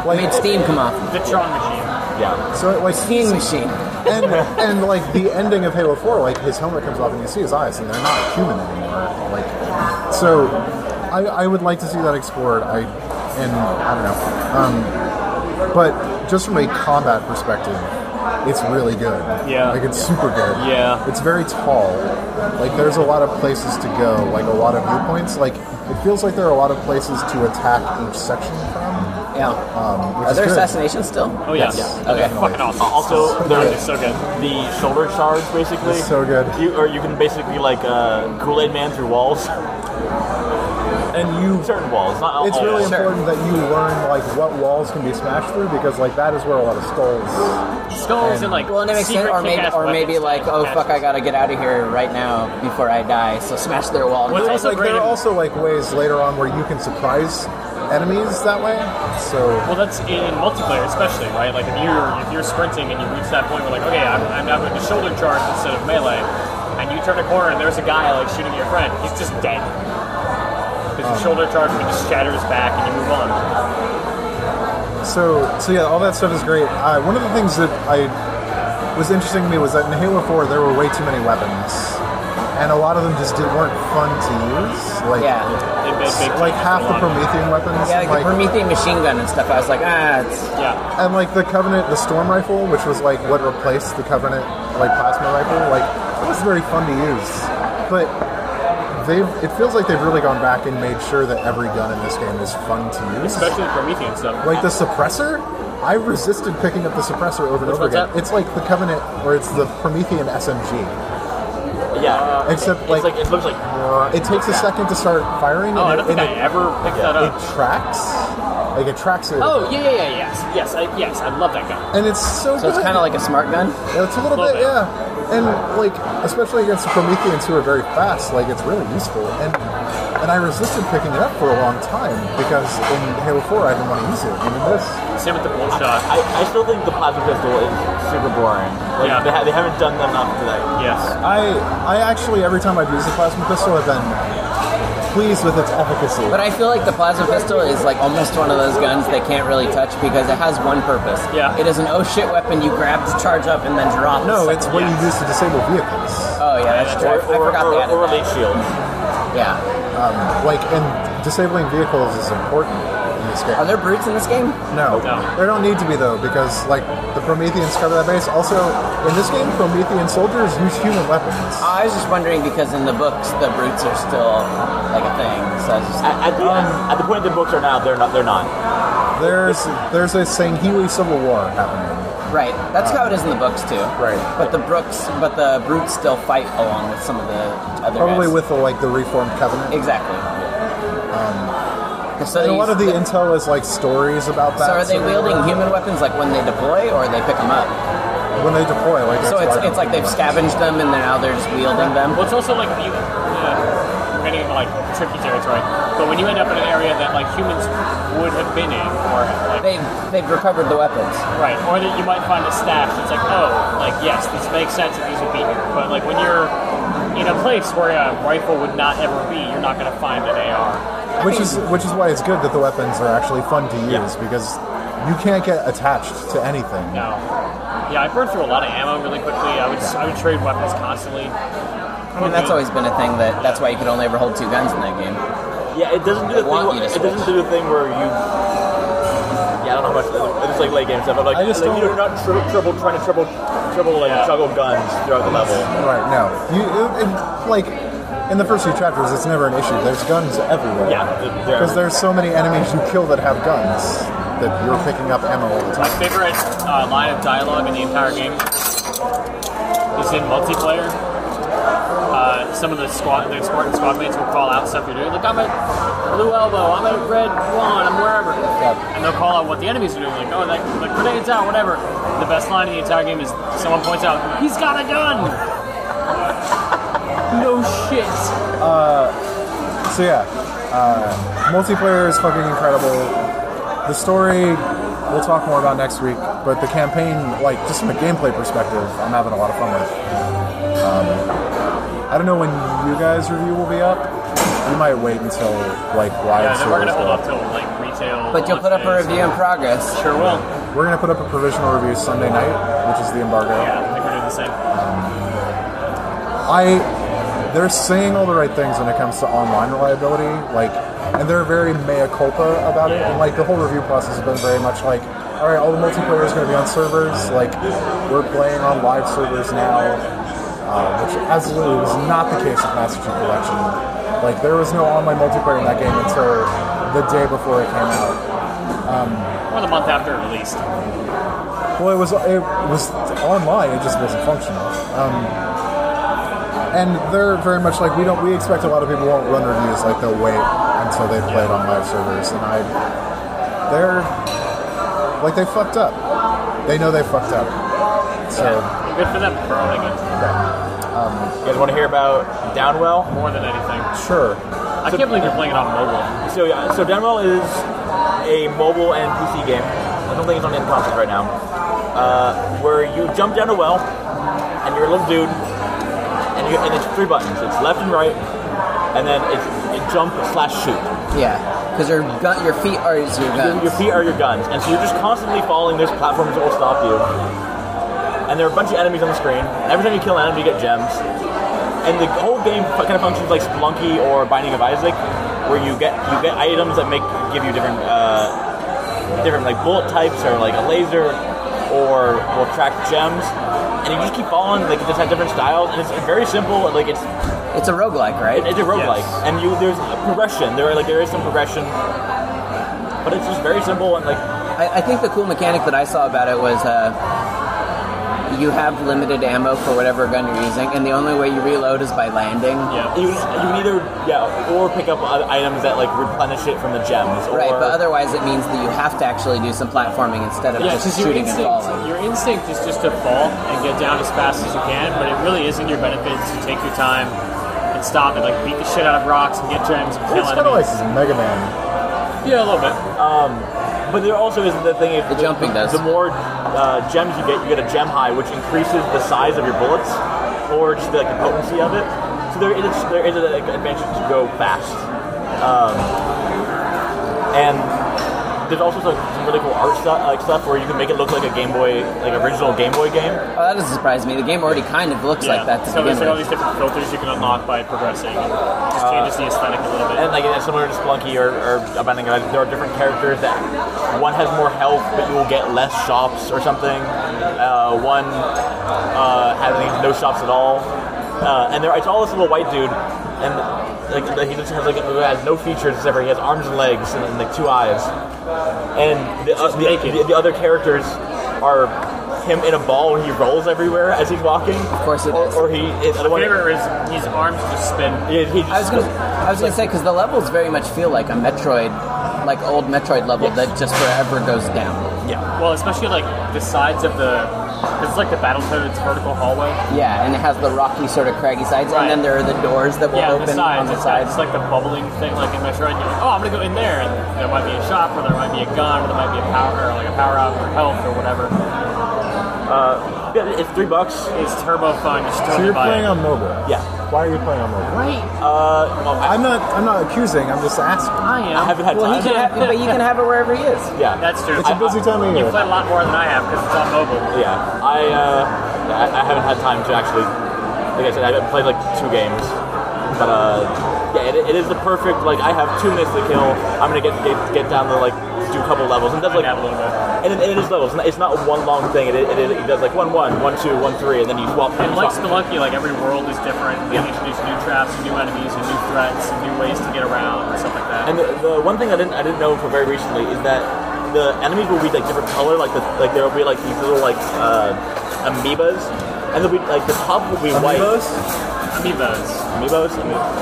[SPEAKER 3] Like,
[SPEAKER 2] Made steam come off. him.
[SPEAKER 4] The Tron machine.
[SPEAKER 5] Yeah.
[SPEAKER 3] So it, like
[SPEAKER 2] Steam machine.
[SPEAKER 3] and and like the ending of Halo Four, like his helmet comes off and you see his eyes, and they're not human anymore. Like, so I, I would like to see that explored. I and I don't know, um, but just from a combat perspective, it's really good.
[SPEAKER 4] Yeah.
[SPEAKER 3] like it's super good.
[SPEAKER 4] Yeah.
[SPEAKER 3] it's very tall. Like there's a lot of places to go, like a lot of viewpoints. Like it feels like there are a lot of places to attack each section from.
[SPEAKER 2] Yeah.
[SPEAKER 3] Um, which
[SPEAKER 2] Are
[SPEAKER 3] is
[SPEAKER 2] there
[SPEAKER 3] good.
[SPEAKER 2] assassinations still?
[SPEAKER 4] Oh yeah.
[SPEAKER 2] Yeah. Okay.
[SPEAKER 4] Fucking awesome.
[SPEAKER 5] Also,
[SPEAKER 4] They're
[SPEAKER 5] there's
[SPEAKER 4] so good.
[SPEAKER 5] the shoulder charge, basically.
[SPEAKER 3] It's so good.
[SPEAKER 5] You, or you can basically like uh, Kool Aid Man through walls. And you certain walls, not all.
[SPEAKER 3] It's really
[SPEAKER 5] walls.
[SPEAKER 2] Sure.
[SPEAKER 3] important that you learn like what walls can be smashed through because like that is where a lot of skulls.
[SPEAKER 4] skulls and like
[SPEAKER 2] Well, and it makes
[SPEAKER 4] secret
[SPEAKER 2] sense, or maybe,
[SPEAKER 4] kick-ass
[SPEAKER 2] or maybe
[SPEAKER 4] weapons.
[SPEAKER 2] like, oh
[SPEAKER 4] Kick-ass
[SPEAKER 2] fuck, I gotta get out of here right now before I die. So smash their wall.
[SPEAKER 4] What's
[SPEAKER 2] and
[SPEAKER 4] also
[SPEAKER 3] like there are
[SPEAKER 4] great-
[SPEAKER 3] also like ways later on where you can surprise enemies that way. So
[SPEAKER 4] Well, that's in, in multiplayer, especially, right? Like if you're if you're sprinting and you reach that point where like, okay, I'm, I'm now going to shoulder charge instead of melee, and you turn a corner and there's a guy like shooting your friend, he's just dead because
[SPEAKER 3] Oh.
[SPEAKER 4] your shoulder charge would just shatter his back and you move on.
[SPEAKER 3] so so yeah, all that stuff is great. Uh, one of the things that I was interesting to me was that in Halo 4 there were way too many weapons, and a lot of them just did, weren't fun to use. Like
[SPEAKER 2] Yeah.
[SPEAKER 4] It made big
[SPEAKER 3] like half the
[SPEAKER 4] difference.
[SPEAKER 3] Promethean weapons.
[SPEAKER 2] Yeah, like, the Promethean machine gun and stuff. I was like, ah, it's,
[SPEAKER 4] Yeah,
[SPEAKER 3] And like the Covenant, the Storm Rifle, which was like what replaced the Covenant like plasma rifle, like it was very fun to use. But they've it feels like they've really gone back and made sure that every gun in this game is fun to use.
[SPEAKER 4] especially the Promethean stuff.
[SPEAKER 3] Like the suppressor, I resisted picking up the suppressor over and
[SPEAKER 4] Which
[SPEAKER 3] over
[SPEAKER 4] one's
[SPEAKER 3] again.
[SPEAKER 4] that?
[SPEAKER 3] It's like the Covenant or it's the Promethean SMG.
[SPEAKER 5] Yeah.
[SPEAKER 3] Except
[SPEAKER 5] It's
[SPEAKER 3] like,
[SPEAKER 5] like, it looks like
[SPEAKER 3] it takes a second to start firing
[SPEAKER 4] oh, I
[SPEAKER 3] and,
[SPEAKER 4] don't
[SPEAKER 3] it,
[SPEAKER 4] think
[SPEAKER 3] and
[SPEAKER 4] I
[SPEAKER 3] it,
[SPEAKER 4] ever picked that up.
[SPEAKER 3] it tracks. Like it tracks it.
[SPEAKER 4] Oh yeah, yeah, yeah, yes, yes, I, yes, I love that gun.
[SPEAKER 3] And it's so,
[SPEAKER 2] so it's
[SPEAKER 3] good.
[SPEAKER 2] kind of like a smart gun.
[SPEAKER 3] It's a little,
[SPEAKER 4] Little
[SPEAKER 3] bit,
[SPEAKER 4] bit.
[SPEAKER 3] yeah. and like especially against the Prometheans who are very fast, like it's really useful. And and I resisted picking it up for a long time because in Halo 4 I didn't want to use it, and in this,
[SPEAKER 4] Same with the bolt shot.
[SPEAKER 5] I, I still think the plasma pistol is super boring. Like,
[SPEAKER 4] Yeah.
[SPEAKER 5] they, ha- they haven't done enough today.
[SPEAKER 4] Yes.
[SPEAKER 3] I I actually every time I've used the plasma pistol, I've been pleased with its efficacy.
[SPEAKER 2] But I feel like the plasma pistol is like almost one of those guns they can't really touch because it has one purpose.
[SPEAKER 4] Yeah.
[SPEAKER 2] It is an oh shit weapon you grab to charge up and then drop.
[SPEAKER 3] no, it's what
[SPEAKER 4] Yeah.
[SPEAKER 3] you use to disable vehicles.
[SPEAKER 2] Oh yeah, that's true. I, I
[SPEAKER 5] Or, or,
[SPEAKER 2] forgot they added
[SPEAKER 5] or
[SPEAKER 2] that.
[SPEAKER 5] elite shields.
[SPEAKER 2] Yeah.
[SPEAKER 3] Like and disabling vehicles is important in this game.
[SPEAKER 2] Are there brutes in this game?
[SPEAKER 3] Oh, No.
[SPEAKER 4] No.
[SPEAKER 3] There don't need to be though, because like the Prometheans cover that base. Also, in this game, Promethean soldiers use human weapons.
[SPEAKER 2] I was just wondering because in the books the brutes are still like a thing. So I was just
[SPEAKER 5] At, at the, at the point the books are now, they're not. They're not.
[SPEAKER 3] There's there's a Sangheili civil war happening.
[SPEAKER 2] right. That's how it is in the books too.
[SPEAKER 3] Uh, Right.
[SPEAKER 2] But the brooks, but the brutes still fight along with some of the other.
[SPEAKER 3] Probably
[SPEAKER 2] guys.
[SPEAKER 3] with the like the reformed covenant.
[SPEAKER 2] exactly. so
[SPEAKER 3] and a
[SPEAKER 2] they
[SPEAKER 3] lot
[SPEAKER 2] use-
[SPEAKER 3] of the intel is like stories about that.
[SPEAKER 2] So are they wielding human weapons like when they deploy, or they pick them up?
[SPEAKER 3] uh, when they deploy? Like
[SPEAKER 2] So it's
[SPEAKER 3] that's why-
[SPEAKER 2] it's like they've scavenged them and they're now they're just wielding them.
[SPEAKER 4] Well, it's also like you. Yeah. We're getting into like tricky territory, but when you end up in an area that like humans would have been in, or like
[SPEAKER 2] They've they've recovered the weapons.
[SPEAKER 4] Right, or that you might find a stash that's like, oh, like yes, this makes sense that these would be here. But like when you're in a place where a rifle would not ever be, you're not going to find an AR.
[SPEAKER 3] which is which is why it's good that the weapons are actually fun to use
[SPEAKER 5] Yeah.
[SPEAKER 3] because you can't get attached to anything.
[SPEAKER 4] No. Yeah, I burned through a lot of ammo really quickly. I would I would trade weapons constantly.
[SPEAKER 2] I mean that's always been a thing that that's why you could only ever hold two guns in that game.
[SPEAKER 5] Yeah, it doesn't do the
[SPEAKER 2] They want
[SPEAKER 5] thing.
[SPEAKER 2] you to
[SPEAKER 5] Where, it doesn't do the thing where you. Yeah, I don't know how much. It's like late game stuff. But like,
[SPEAKER 3] I just
[SPEAKER 5] like,
[SPEAKER 3] don't-
[SPEAKER 5] you're not tri- triple trying to triple triple like
[SPEAKER 4] Yeah.
[SPEAKER 5] juggle guns throughout the level.
[SPEAKER 3] Right? No. You it, it- like in the first few chapters, it's never an issue. There's guns everywhere.
[SPEAKER 5] Yeah, they're,
[SPEAKER 3] Because there's so many enemies you kill that have guns that you're picking up ammo all the
[SPEAKER 4] My
[SPEAKER 3] time.
[SPEAKER 4] favorite uh, line of dialogue in the entire game is in multiplayer. Uh, some of the squad, the Spartan squad mates will call out stuff you're doing. Like I'm at Blue Elbow, I'm at Red Lawn, I'm wherever. And they'll call out what the enemies are doing. Like, oh, that, the grenade's out, whatever. The best line in the entire game is someone points out, he's got a gun! no shit.
[SPEAKER 3] So yeah, uh, multiplayer is fucking incredible. The story we'll talk more about next week, but the campaign, like just from a gameplay perspective, I'm having a lot of fun with. Um, I don't know when you guys review will be up. We might wait until like live
[SPEAKER 4] Yeah, then we're
[SPEAKER 3] servers
[SPEAKER 4] gonna hold
[SPEAKER 3] go
[SPEAKER 4] up till like retail.
[SPEAKER 2] But you'll put up a
[SPEAKER 4] launch days.
[SPEAKER 2] review in progress.
[SPEAKER 4] Sure will.
[SPEAKER 3] We're gonna put up a provisional review Sunday night, which is the embargo.
[SPEAKER 4] Yeah, I think we're doing the same.
[SPEAKER 3] I they're saying all the right things when it comes to online reliability, like and they're very mea culpa about it. And like the whole review process has been very much like, all right, all the multiplayer is going to be on servers. Like we're playing on live servers now, uh, which absolutely was not the case with Master Chief Collection. Like there was no online multiplayer in that game until the day before it came out.
[SPEAKER 4] Or the month after it released.
[SPEAKER 3] Well, it was it was online. It just wasn't functional. Um, and they're very much like we don't. We expect a lot of people won't run reviews. Like they'll wait until they play it on live servers. And I, they're like they fucked up. They know they fucked up. So
[SPEAKER 4] Good for them for owning it,
[SPEAKER 5] You guys want to hear about Downwell?
[SPEAKER 4] more than anything.
[SPEAKER 3] sure,
[SPEAKER 4] I can't believe you're playing it on mobile.
[SPEAKER 5] So yeah, so Downwell is a mobile and PC game. I don't think it's on any consoles right now. Uh, where you jump down a well, and you're a little dude, and you and it's three buttons. It's left and right, and then it's it jump slash shoot.
[SPEAKER 2] Yeah, because your gun, your feet are is your
[SPEAKER 5] Your, your
[SPEAKER 2] guns.
[SPEAKER 5] feet are your guns, and so you're just constantly following those platforms that will stop you. And there are a bunch of enemies on the screen, and every time you kill an enemy, you get gems. And the whole game kind of functions like Splunky or Binding of Isaac, where you get you get items that make give you different uh, different like bullet types or like a laser or will track gems. And you just keep following, like it just has different styles, and it's very simple. Like it's
[SPEAKER 2] It's a roguelike, right?
[SPEAKER 5] it's a roguelike,
[SPEAKER 4] Yes.
[SPEAKER 5] and you there's a progression. There are, like there is some progression, but it's just very simple and like
[SPEAKER 2] I, I think the cool mechanic that I saw about it was uh, you have limited ammo for whatever gun you're using, and the only way you reload is by landing.
[SPEAKER 4] Yeah.
[SPEAKER 5] You, you can either yeah, or pick up other items that like replenish it from the gems. Or,
[SPEAKER 2] Right, but otherwise it means that you have to actually do some platforming instead of
[SPEAKER 4] Yeah,
[SPEAKER 2] just
[SPEAKER 4] because your
[SPEAKER 2] shooting and
[SPEAKER 4] instinct,
[SPEAKER 2] falling.
[SPEAKER 4] your instinct is just to fall and get down as fast as you can, but it really is in your benefit to take your time and stop and like beat the shit out of rocks and get gems and kill
[SPEAKER 3] It's kind of like
[SPEAKER 4] enemies.
[SPEAKER 3] Mega Man.
[SPEAKER 4] yeah, a little bit.
[SPEAKER 5] but there also is the thing. If
[SPEAKER 2] The jumping does.
[SPEAKER 5] The more uh, gems you get, you get a gem high, which increases the size of your bullets, or just like the potency of it. So there is there is an advantage to go fast. Um, and there's also some, some really cool art stuff, like stuff where you can make it look like a Game Boy, like original Game Boy game.
[SPEAKER 2] Oh, that doesn't surprise me. The game already kind of looks
[SPEAKER 4] yeah.
[SPEAKER 2] like that to
[SPEAKER 4] so there's
[SPEAKER 2] begin with. Uh,
[SPEAKER 4] like all these different filters you can unlock by progressing. It just changes the aesthetic a little bit.
[SPEAKER 5] And like it's similar to Splunky or, or Abandoned Guys, there are different characters that one has more health, but you will get less shops or something. Uh, one uh, has like, no shops at all, uh, and there I saw this little white dude, and like like, he just has like who has no features except for he has arms and legs and, like two eyes, and the, uh, the, the, the other characters are. Him in a ball, and he rolls everywhere as he's walking. Of
[SPEAKER 2] course it
[SPEAKER 5] or,
[SPEAKER 2] is.
[SPEAKER 5] Or he, it, I don't want
[SPEAKER 4] My favorite is his arms just spin.
[SPEAKER 5] Yeah, he just
[SPEAKER 2] I was gonna, I was gonna say because the levels very much feel like a Metroid, like old Metroid level
[SPEAKER 5] Yes.
[SPEAKER 2] that just forever goes down.
[SPEAKER 5] yeah.
[SPEAKER 4] Well, especially like the sides of the. It's like the Battletoads vertical hallway.
[SPEAKER 2] Yeah, and it has the rocky sort of craggy sides, and
[SPEAKER 4] Right.
[SPEAKER 2] then there are the doors that will
[SPEAKER 4] Yeah, on
[SPEAKER 2] open
[SPEAKER 4] the sides.
[SPEAKER 2] on the
[SPEAKER 4] it's,
[SPEAKER 2] sides.
[SPEAKER 4] it's like the bubbling thing, like in Metroid. You're like, oh, I'm gonna go in there, and there might be a shop, or there might be a gun, or there might be a power, or like a power up, or health, or whatever.
[SPEAKER 5] Yeah, it's three bucks.
[SPEAKER 4] It's turbo fun. Just
[SPEAKER 3] So
[SPEAKER 4] totally
[SPEAKER 3] you're
[SPEAKER 4] buy
[SPEAKER 3] playing
[SPEAKER 4] it.
[SPEAKER 3] on mobile.
[SPEAKER 5] Yeah.
[SPEAKER 3] Why are you playing on mobile?
[SPEAKER 4] Right,
[SPEAKER 5] Uh, well, I-
[SPEAKER 3] I'm not. I'm not accusing. I'm just asking.
[SPEAKER 4] I am.
[SPEAKER 5] I haven't had
[SPEAKER 2] well, he
[SPEAKER 5] time.
[SPEAKER 2] can have, but you can have it wherever he is.
[SPEAKER 5] yeah,
[SPEAKER 4] That's true.
[SPEAKER 3] It's a
[SPEAKER 4] I-
[SPEAKER 3] busy time of
[SPEAKER 4] You
[SPEAKER 3] year.
[SPEAKER 4] play a lot more than I have because it's on mobile.
[SPEAKER 5] yeah. I, uh, I I haven't had time to actually. Like I said, I've played like two games, but uh, yeah, it, it is the perfect. Like I have two minutes to kill. I'm gonna get get, get down to like do a couple levels, and that's like
[SPEAKER 4] Find out a little bit.
[SPEAKER 5] and it, it is levels. It's not one long thing. It, it, it, it does like one one, one two, one three, and then you swap.
[SPEAKER 4] And like
[SPEAKER 5] swap.
[SPEAKER 4] Spelunky, like every world is different. They
[SPEAKER 5] Yeah.
[SPEAKER 4] introduce new traps, and new enemies, and new threats, and new ways to get around, and stuff like that.
[SPEAKER 5] And the, the one thing I didn't I didn't know until very recently is that the enemies will be like different color, like the like there will be like these little like uh, amoebas, and they'll be like the top will be white.
[SPEAKER 4] Amiibos.
[SPEAKER 5] Amiibos. Amiibos.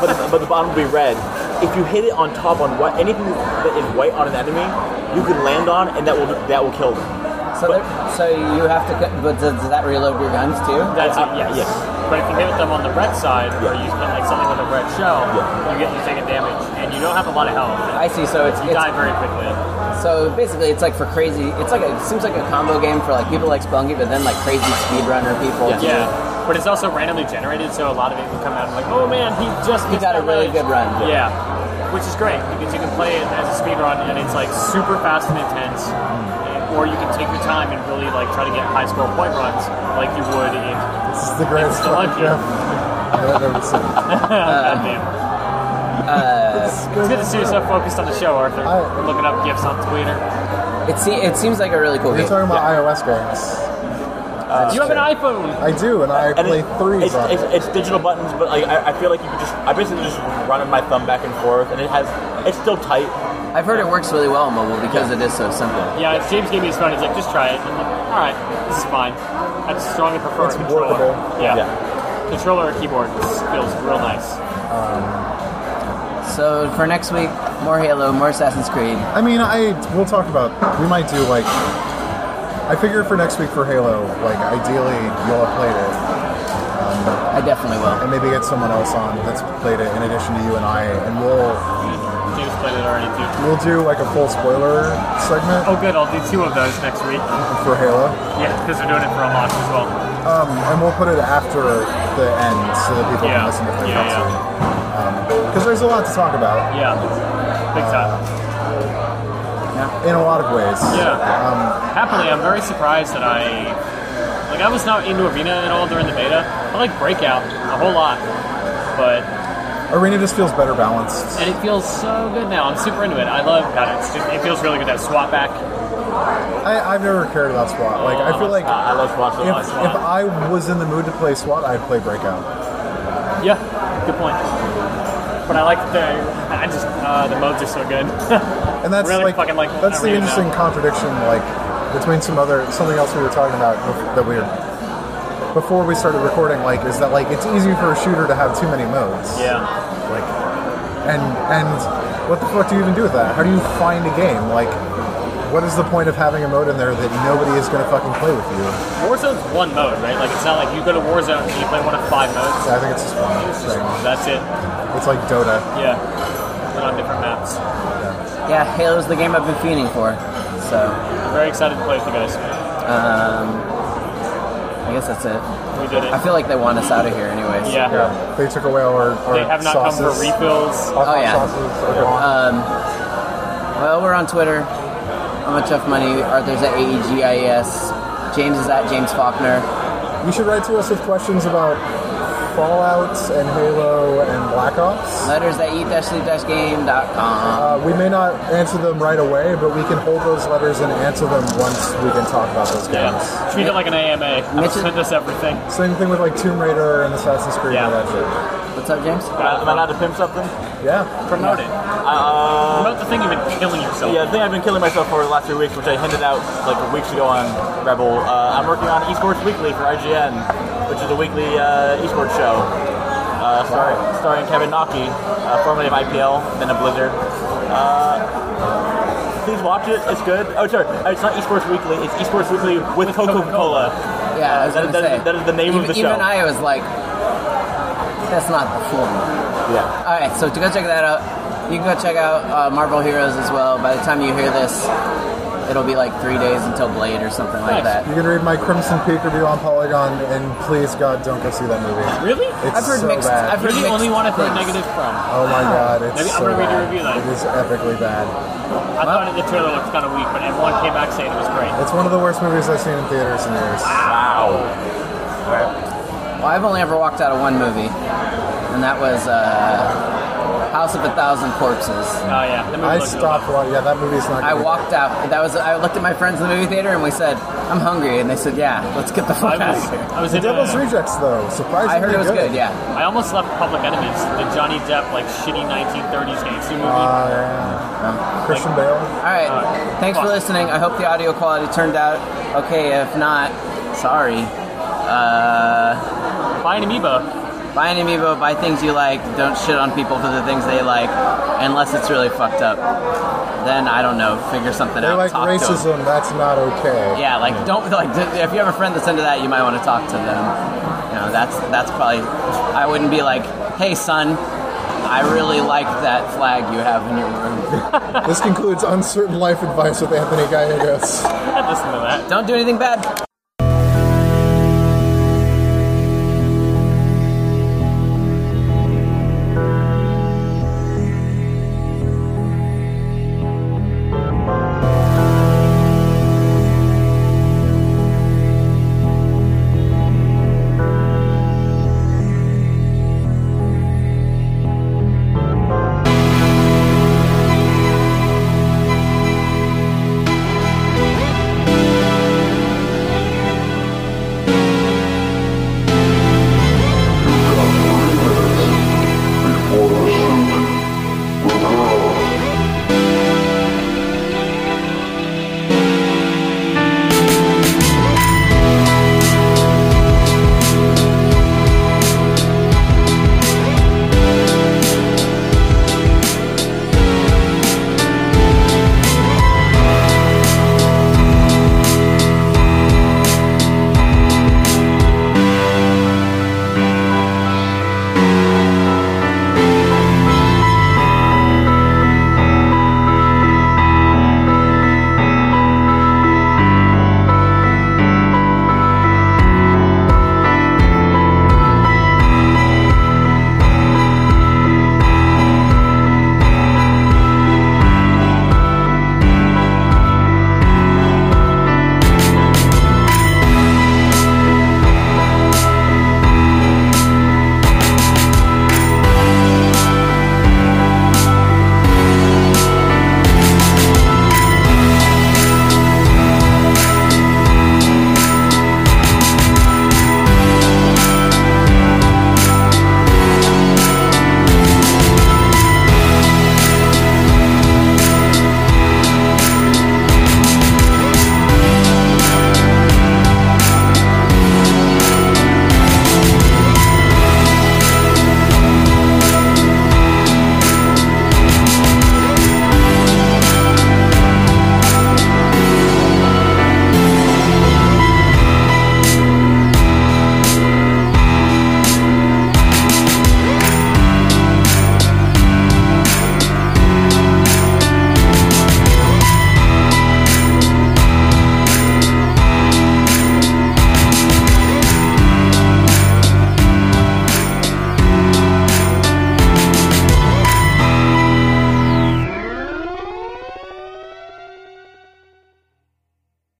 [SPEAKER 5] but, the, but the bottom will be red. If you hit it on top on what anything that is white on an enemy, you can land on, and that will that will kill them.
[SPEAKER 2] So, there, so you have to. cut- But does, does that reload your guns too?
[SPEAKER 4] That's
[SPEAKER 5] Uh,
[SPEAKER 4] it, yes.
[SPEAKER 5] yes.
[SPEAKER 4] But if you hit them on the red side, or
[SPEAKER 5] Yeah.
[SPEAKER 4] you hit like something with a red shell,
[SPEAKER 5] Yeah.
[SPEAKER 4] you get you take a damage, and you don't have a lot of health.
[SPEAKER 2] I see. So it's,
[SPEAKER 4] You
[SPEAKER 2] it's
[SPEAKER 4] die very quickly.
[SPEAKER 2] so basically it's like for crazy. It's like a, it seems like a combo game for like people like Spelunky, but then like crazy speedrunner people.
[SPEAKER 5] Yeah.
[SPEAKER 4] Yeah. But it's also randomly generated, so a lot of it can come out and like, oh man, he just
[SPEAKER 2] He
[SPEAKER 4] missed
[SPEAKER 2] got a
[SPEAKER 4] that
[SPEAKER 2] really
[SPEAKER 4] range."
[SPEAKER 2] good run.
[SPEAKER 4] Yeah. Which is great because you can play it as a speedrun and it's like super fast and intense. and-
[SPEAKER 2] Mm.
[SPEAKER 4] Or you can take your time and really like try to get high score point runs like you would in
[SPEAKER 3] This is the greatest
[SPEAKER 4] It's
[SPEAKER 3] fucking
[SPEAKER 4] lucky.
[SPEAKER 3] joke I've ever seen.
[SPEAKER 2] Uh.
[SPEAKER 4] Goddamn. It's good to see you so focused on the show, Arthur.
[SPEAKER 3] I-
[SPEAKER 4] Looking up gifts on Twitter.
[SPEAKER 2] It se- it seems like a really cool
[SPEAKER 3] You're
[SPEAKER 2] game.
[SPEAKER 3] talking about iOS games.
[SPEAKER 4] you have an iPhone.
[SPEAKER 3] I do, and I
[SPEAKER 5] And
[SPEAKER 3] play
[SPEAKER 5] it-
[SPEAKER 3] threes
[SPEAKER 5] It's,
[SPEAKER 3] on it.
[SPEAKER 5] it's, it's digital buttons, but like I, I feel like you can just I basically just running my thumb back and forth, and it has it's still tight.
[SPEAKER 2] I've heard it works really well on mobile because it is so simple.
[SPEAKER 4] Yeah, James gave me his phone. He's like, just try it. I'm like, all right, this is fine. I strongly prefer
[SPEAKER 3] It's
[SPEAKER 4] a controller.
[SPEAKER 3] workable.
[SPEAKER 4] Yeah.
[SPEAKER 5] Yeah.
[SPEAKER 4] Controller or keyboard this feels real nice.
[SPEAKER 2] So for next week, more Halo, more Assassin's Creed.
[SPEAKER 3] I mean, I we'll talk about. We might do like. I figure for next week for Halo, like ideally you'll have played it,
[SPEAKER 2] I definitely will.
[SPEAKER 3] and maybe get someone else on that's played it in addition to you and I, and we'll
[SPEAKER 4] James played it already too.
[SPEAKER 3] we'll do like a full spoiler segment
[SPEAKER 4] Oh, good. I'll do two of those next week.
[SPEAKER 3] for Halo.
[SPEAKER 4] Yeah, because we're doing it for a launch as well.
[SPEAKER 3] Um, and we'll put it after the end so that people can
[SPEAKER 4] Yeah.
[SPEAKER 3] listen to it.
[SPEAKER 4] Yeah, yeah.
[SPEAKER 3] Because Um, there's a lot to talk about
[SPEAKER 4] Yeah, big time.
[SPEAKER 3] in a lot of ways.
[SPEAKER 4] Yeah. Happily, I'm very surprised that I like I was not into Arena at all during the beta. I like Breakout a whole lot, but
[SPEAKER 3] Arena just feels better balanced.
[SPEAKER 4] and it feels so good now. I'm super into it. I love God, it's just, it feels really good that swap back.
[SPEAKER 3] I, I've never cared about SWAT. Like I feel like
[SPEAKER 5] Uh, I love watching
[SPEAKER 3] if,
[SPEAKER 5] it.
[SPEAKER 3] if I was in the mood to play SWAT, I'd play Breakout.
[SPEAKER 4] Yeah, good point. But I like the I just uh, the modes are so good.
[SPEAKER 3] And that's like
[SPEAKER 4] Really fucking like
[SPEAKER 3] that's the
[SPEAKER 4] Arena
[SPEAKER 3] interesting
[SPEAKER 4] now.
[SPEAKER 3] contradiction. Like between some other something else we were talking about bef- that we were before we started recording. Like, is that like it's easy for a shooter to have too many modes?
[SPEAKER 4] Yeah.
[SPEAKER 3] Like, and and what the fuck do you even do with that? How do you find a game? Like, what is the point of having a mode in there that nobody is gonna fucking play with you?
[SPEAKER 4] Warzone's one mode, right? Like it's not like you go to Warzone and you play one of five modes.
[SPEAKER 3] I think it's just one thing.
[SPEAKER 4] That's it.
[SPEAKER 3] It's like Dota.
[SPEAKER 4] Yeah. They're on different maps.
[SPEAKER 2] Yeah, Halo's the game I've been fiending for. So,
[SPEAKER 4] Very excited to play with you guys.
[SPEAKER 2] I guess that's it.
[SPEAKER 4] We did
[SPEAKER 2] I
[SPEAKER 4] it.
[SPEAKER 2] feel like they want us out of here anyways.
[SPEAKER 4] Yeah.
[SPEAKER 3] Yeah, they took away all our, our
[SPEAKER 4] They have not
[SPEAKER 3] sauces.
[SPEAKER 4] come for refills.
[SPEAKER 3] All our
[SPEAKER 2] Oh, yeah.
[SPEAKER 3] sauces are gone.
[SPEAKER 2] Well, we're on Twitter. I'm at Tough Money. Arthur's at E AEGIES. James is at James Faulkner.
[SPEAKER 3] Uh, You should write to us with questions about Fallout and Halo and Black Ops.
[SPEAKER 2] Letters at eat-sleep-game.com.
[SPEAKER 3] Uh, we may not answer them right away, but we can hold those letters and answer them once we can talk about those games.
[SPEAKER 4] Yeah. Treat it like an AMA.
[SPEAKER 2] Mitch-
[SPEAKER 4] Send us everything.
[SPEAKER 3] Same thing with like Tomb Raider and Assassin's Creed
[SPEAKER 4] Yeah.
[SPEAKER 3] and that
[SPEAKER 2] What's up, James?
[SPEAKER 5] Am I am I allowed to pimp something?
[SPEAKER 3] shit. Yeah.
[SPEAKER 4] Promote it.
[SPEAKER 5] Uh,
[SPEAKER 4] Promote the thing you've been killing yourself.
[SPEAKER 5] yeah, the thing I've been killing myself for the last three weeks, which I hinted out like weeks ago on Rebel. Uh, I'm working on Esports Weekly for IGN, which is a weekly uh, esports show. Uh, star- starring Kevin Nocky, uh, formerly of IPL, then of Blizzard. Uh, please watch it. It's good. Oh, sorry, uh, it's not Esports Weekly. It's Esports Weekly with Coca-Cola.
[SPEAKER 2] Yeah, I was
[SPEAKER 5] that-
[SPEAKER 2] gonna
[SPEAKER 5] that
[SPEAKER 2] say.
[SPEAKER 5] is- that is the name of
[SPEAKER 2] even,
[SPEAKER 5] the show.
[SPEAKER 2] Even I was like, that's not the full name.
[SPEAKER 5] Yeah.
[SPEAKER 2] All right, so to go check that out, you can go check out uh, Marvel Heroes as well. By the time you hear this, it'll be like three days until Blade or something like that.
[SPEAKER 4] Nice.
[SPEAKER 3] You can read my Crimson Peak review on Polygon, and please God, don't go see that movie.
[SPEAKER 4] Really?
[SPEAKER 3] It's
[SPEAKER 2] I've heard
[SPEAKER 3] so
[SPEAKER 2] mixed.
[SPEAKER 3] bad.
[SPEAKER 2] I've Ah.
[SPEAKER 4] You're
[SPEAKER 2] heard
[SPEAKER 4] the
[SPEAKER 2] mixed
[SPEAKER 4] only one I've heard
[SPEAKER 2] things.
[SPEAKER 4] negative from.
[SPEAKER 3] oh my God, it's
[SPEAKER 4] Maybe I'm
[SPEAKER 3] so
[SPEAKER 4] gonna read your
[SPEAKER 3] bad.
[SPEAKER 4] review then.
[SPEAKER 3] It is epically bad.
[SPEAKER 4] I thought the trailer looked kind of weak, but everyone came back saying it was great.
[SPEAKER 3] It's one of the worst movies I've seen in theaters in years.
[SPEAKER 5] Wow.
[SPEAKER 2] Well, I've only ever walked out of one movie, and that was uh, House of a Thousand Corpses.
[SPEAKER 4] Oh yeah. The movie
[SPEAKER 3] I
[SPEAKER 4] looked really
[SPEAKER 3] stopped watching. Yeah, that movie's not.
[SPEAKER 2] I
[SPEAKER 3] gonna be
[SPEAKER 2] walked out. That was. I looked at my friends in the movie theater, and we said, "I'm hungry," and they said, "Yeah, let's get the
[SPEAKER 4] good. I
[SPEAKER 2] fuck out
[SPEAKER 4] was,
[SPEAKER 2] of here."
[SPEAKER 4] I was
[SPEAKER 3] The
[SPEAKER 4] in
[SPEAKER 3] Devil's
[SPEAKER 4] a,
[SPEAKER 3] Rejects, though, surprisingly
[SPEAKER 2] I heard it was good. Yeah,
[SPEAKER 4] I almost left Public Enemies, the Johnny Depp like shitty 1930s gangster movie.
[SPEAKER 3] Uh, yeah. Christian Bale.
[SPEAKER 2] all right.
[SPEAKER 3] Uh,
[SPEAKER 2] Thanks for
[SPEAKER 4] fuck.
[SPEAKER 2] listening. I hope the audio quality turned out okay. If not, sorry.
[SPEAKER 4] Buy an amiibo.
[SPEAKER 2] Buy an amiibo, buy things you like, don't shit on people for the things they like, unless it's really fucked up. Then I don't know, figure something
[SPEAKER 3] They
[SPEAKER 2] out.
[SPEAKER 3] like
[SPEAKER 2] talk To them.
[SPEAKER 3] racism. That's not okay.
[SPEAKER 2] Yeah, like don't like d- if you have a friend that's into that, you might want to talk to them. You know, that's that's probably. I wouldn't be like, hey son, I really like that flag you have in your room.
[SPEAKER 3] This concludes uncertain life advice with Anthony Gallegos.
[SPEAKER 4] I'd listen to that.
[SPEAKER 2] Don't do anything bad.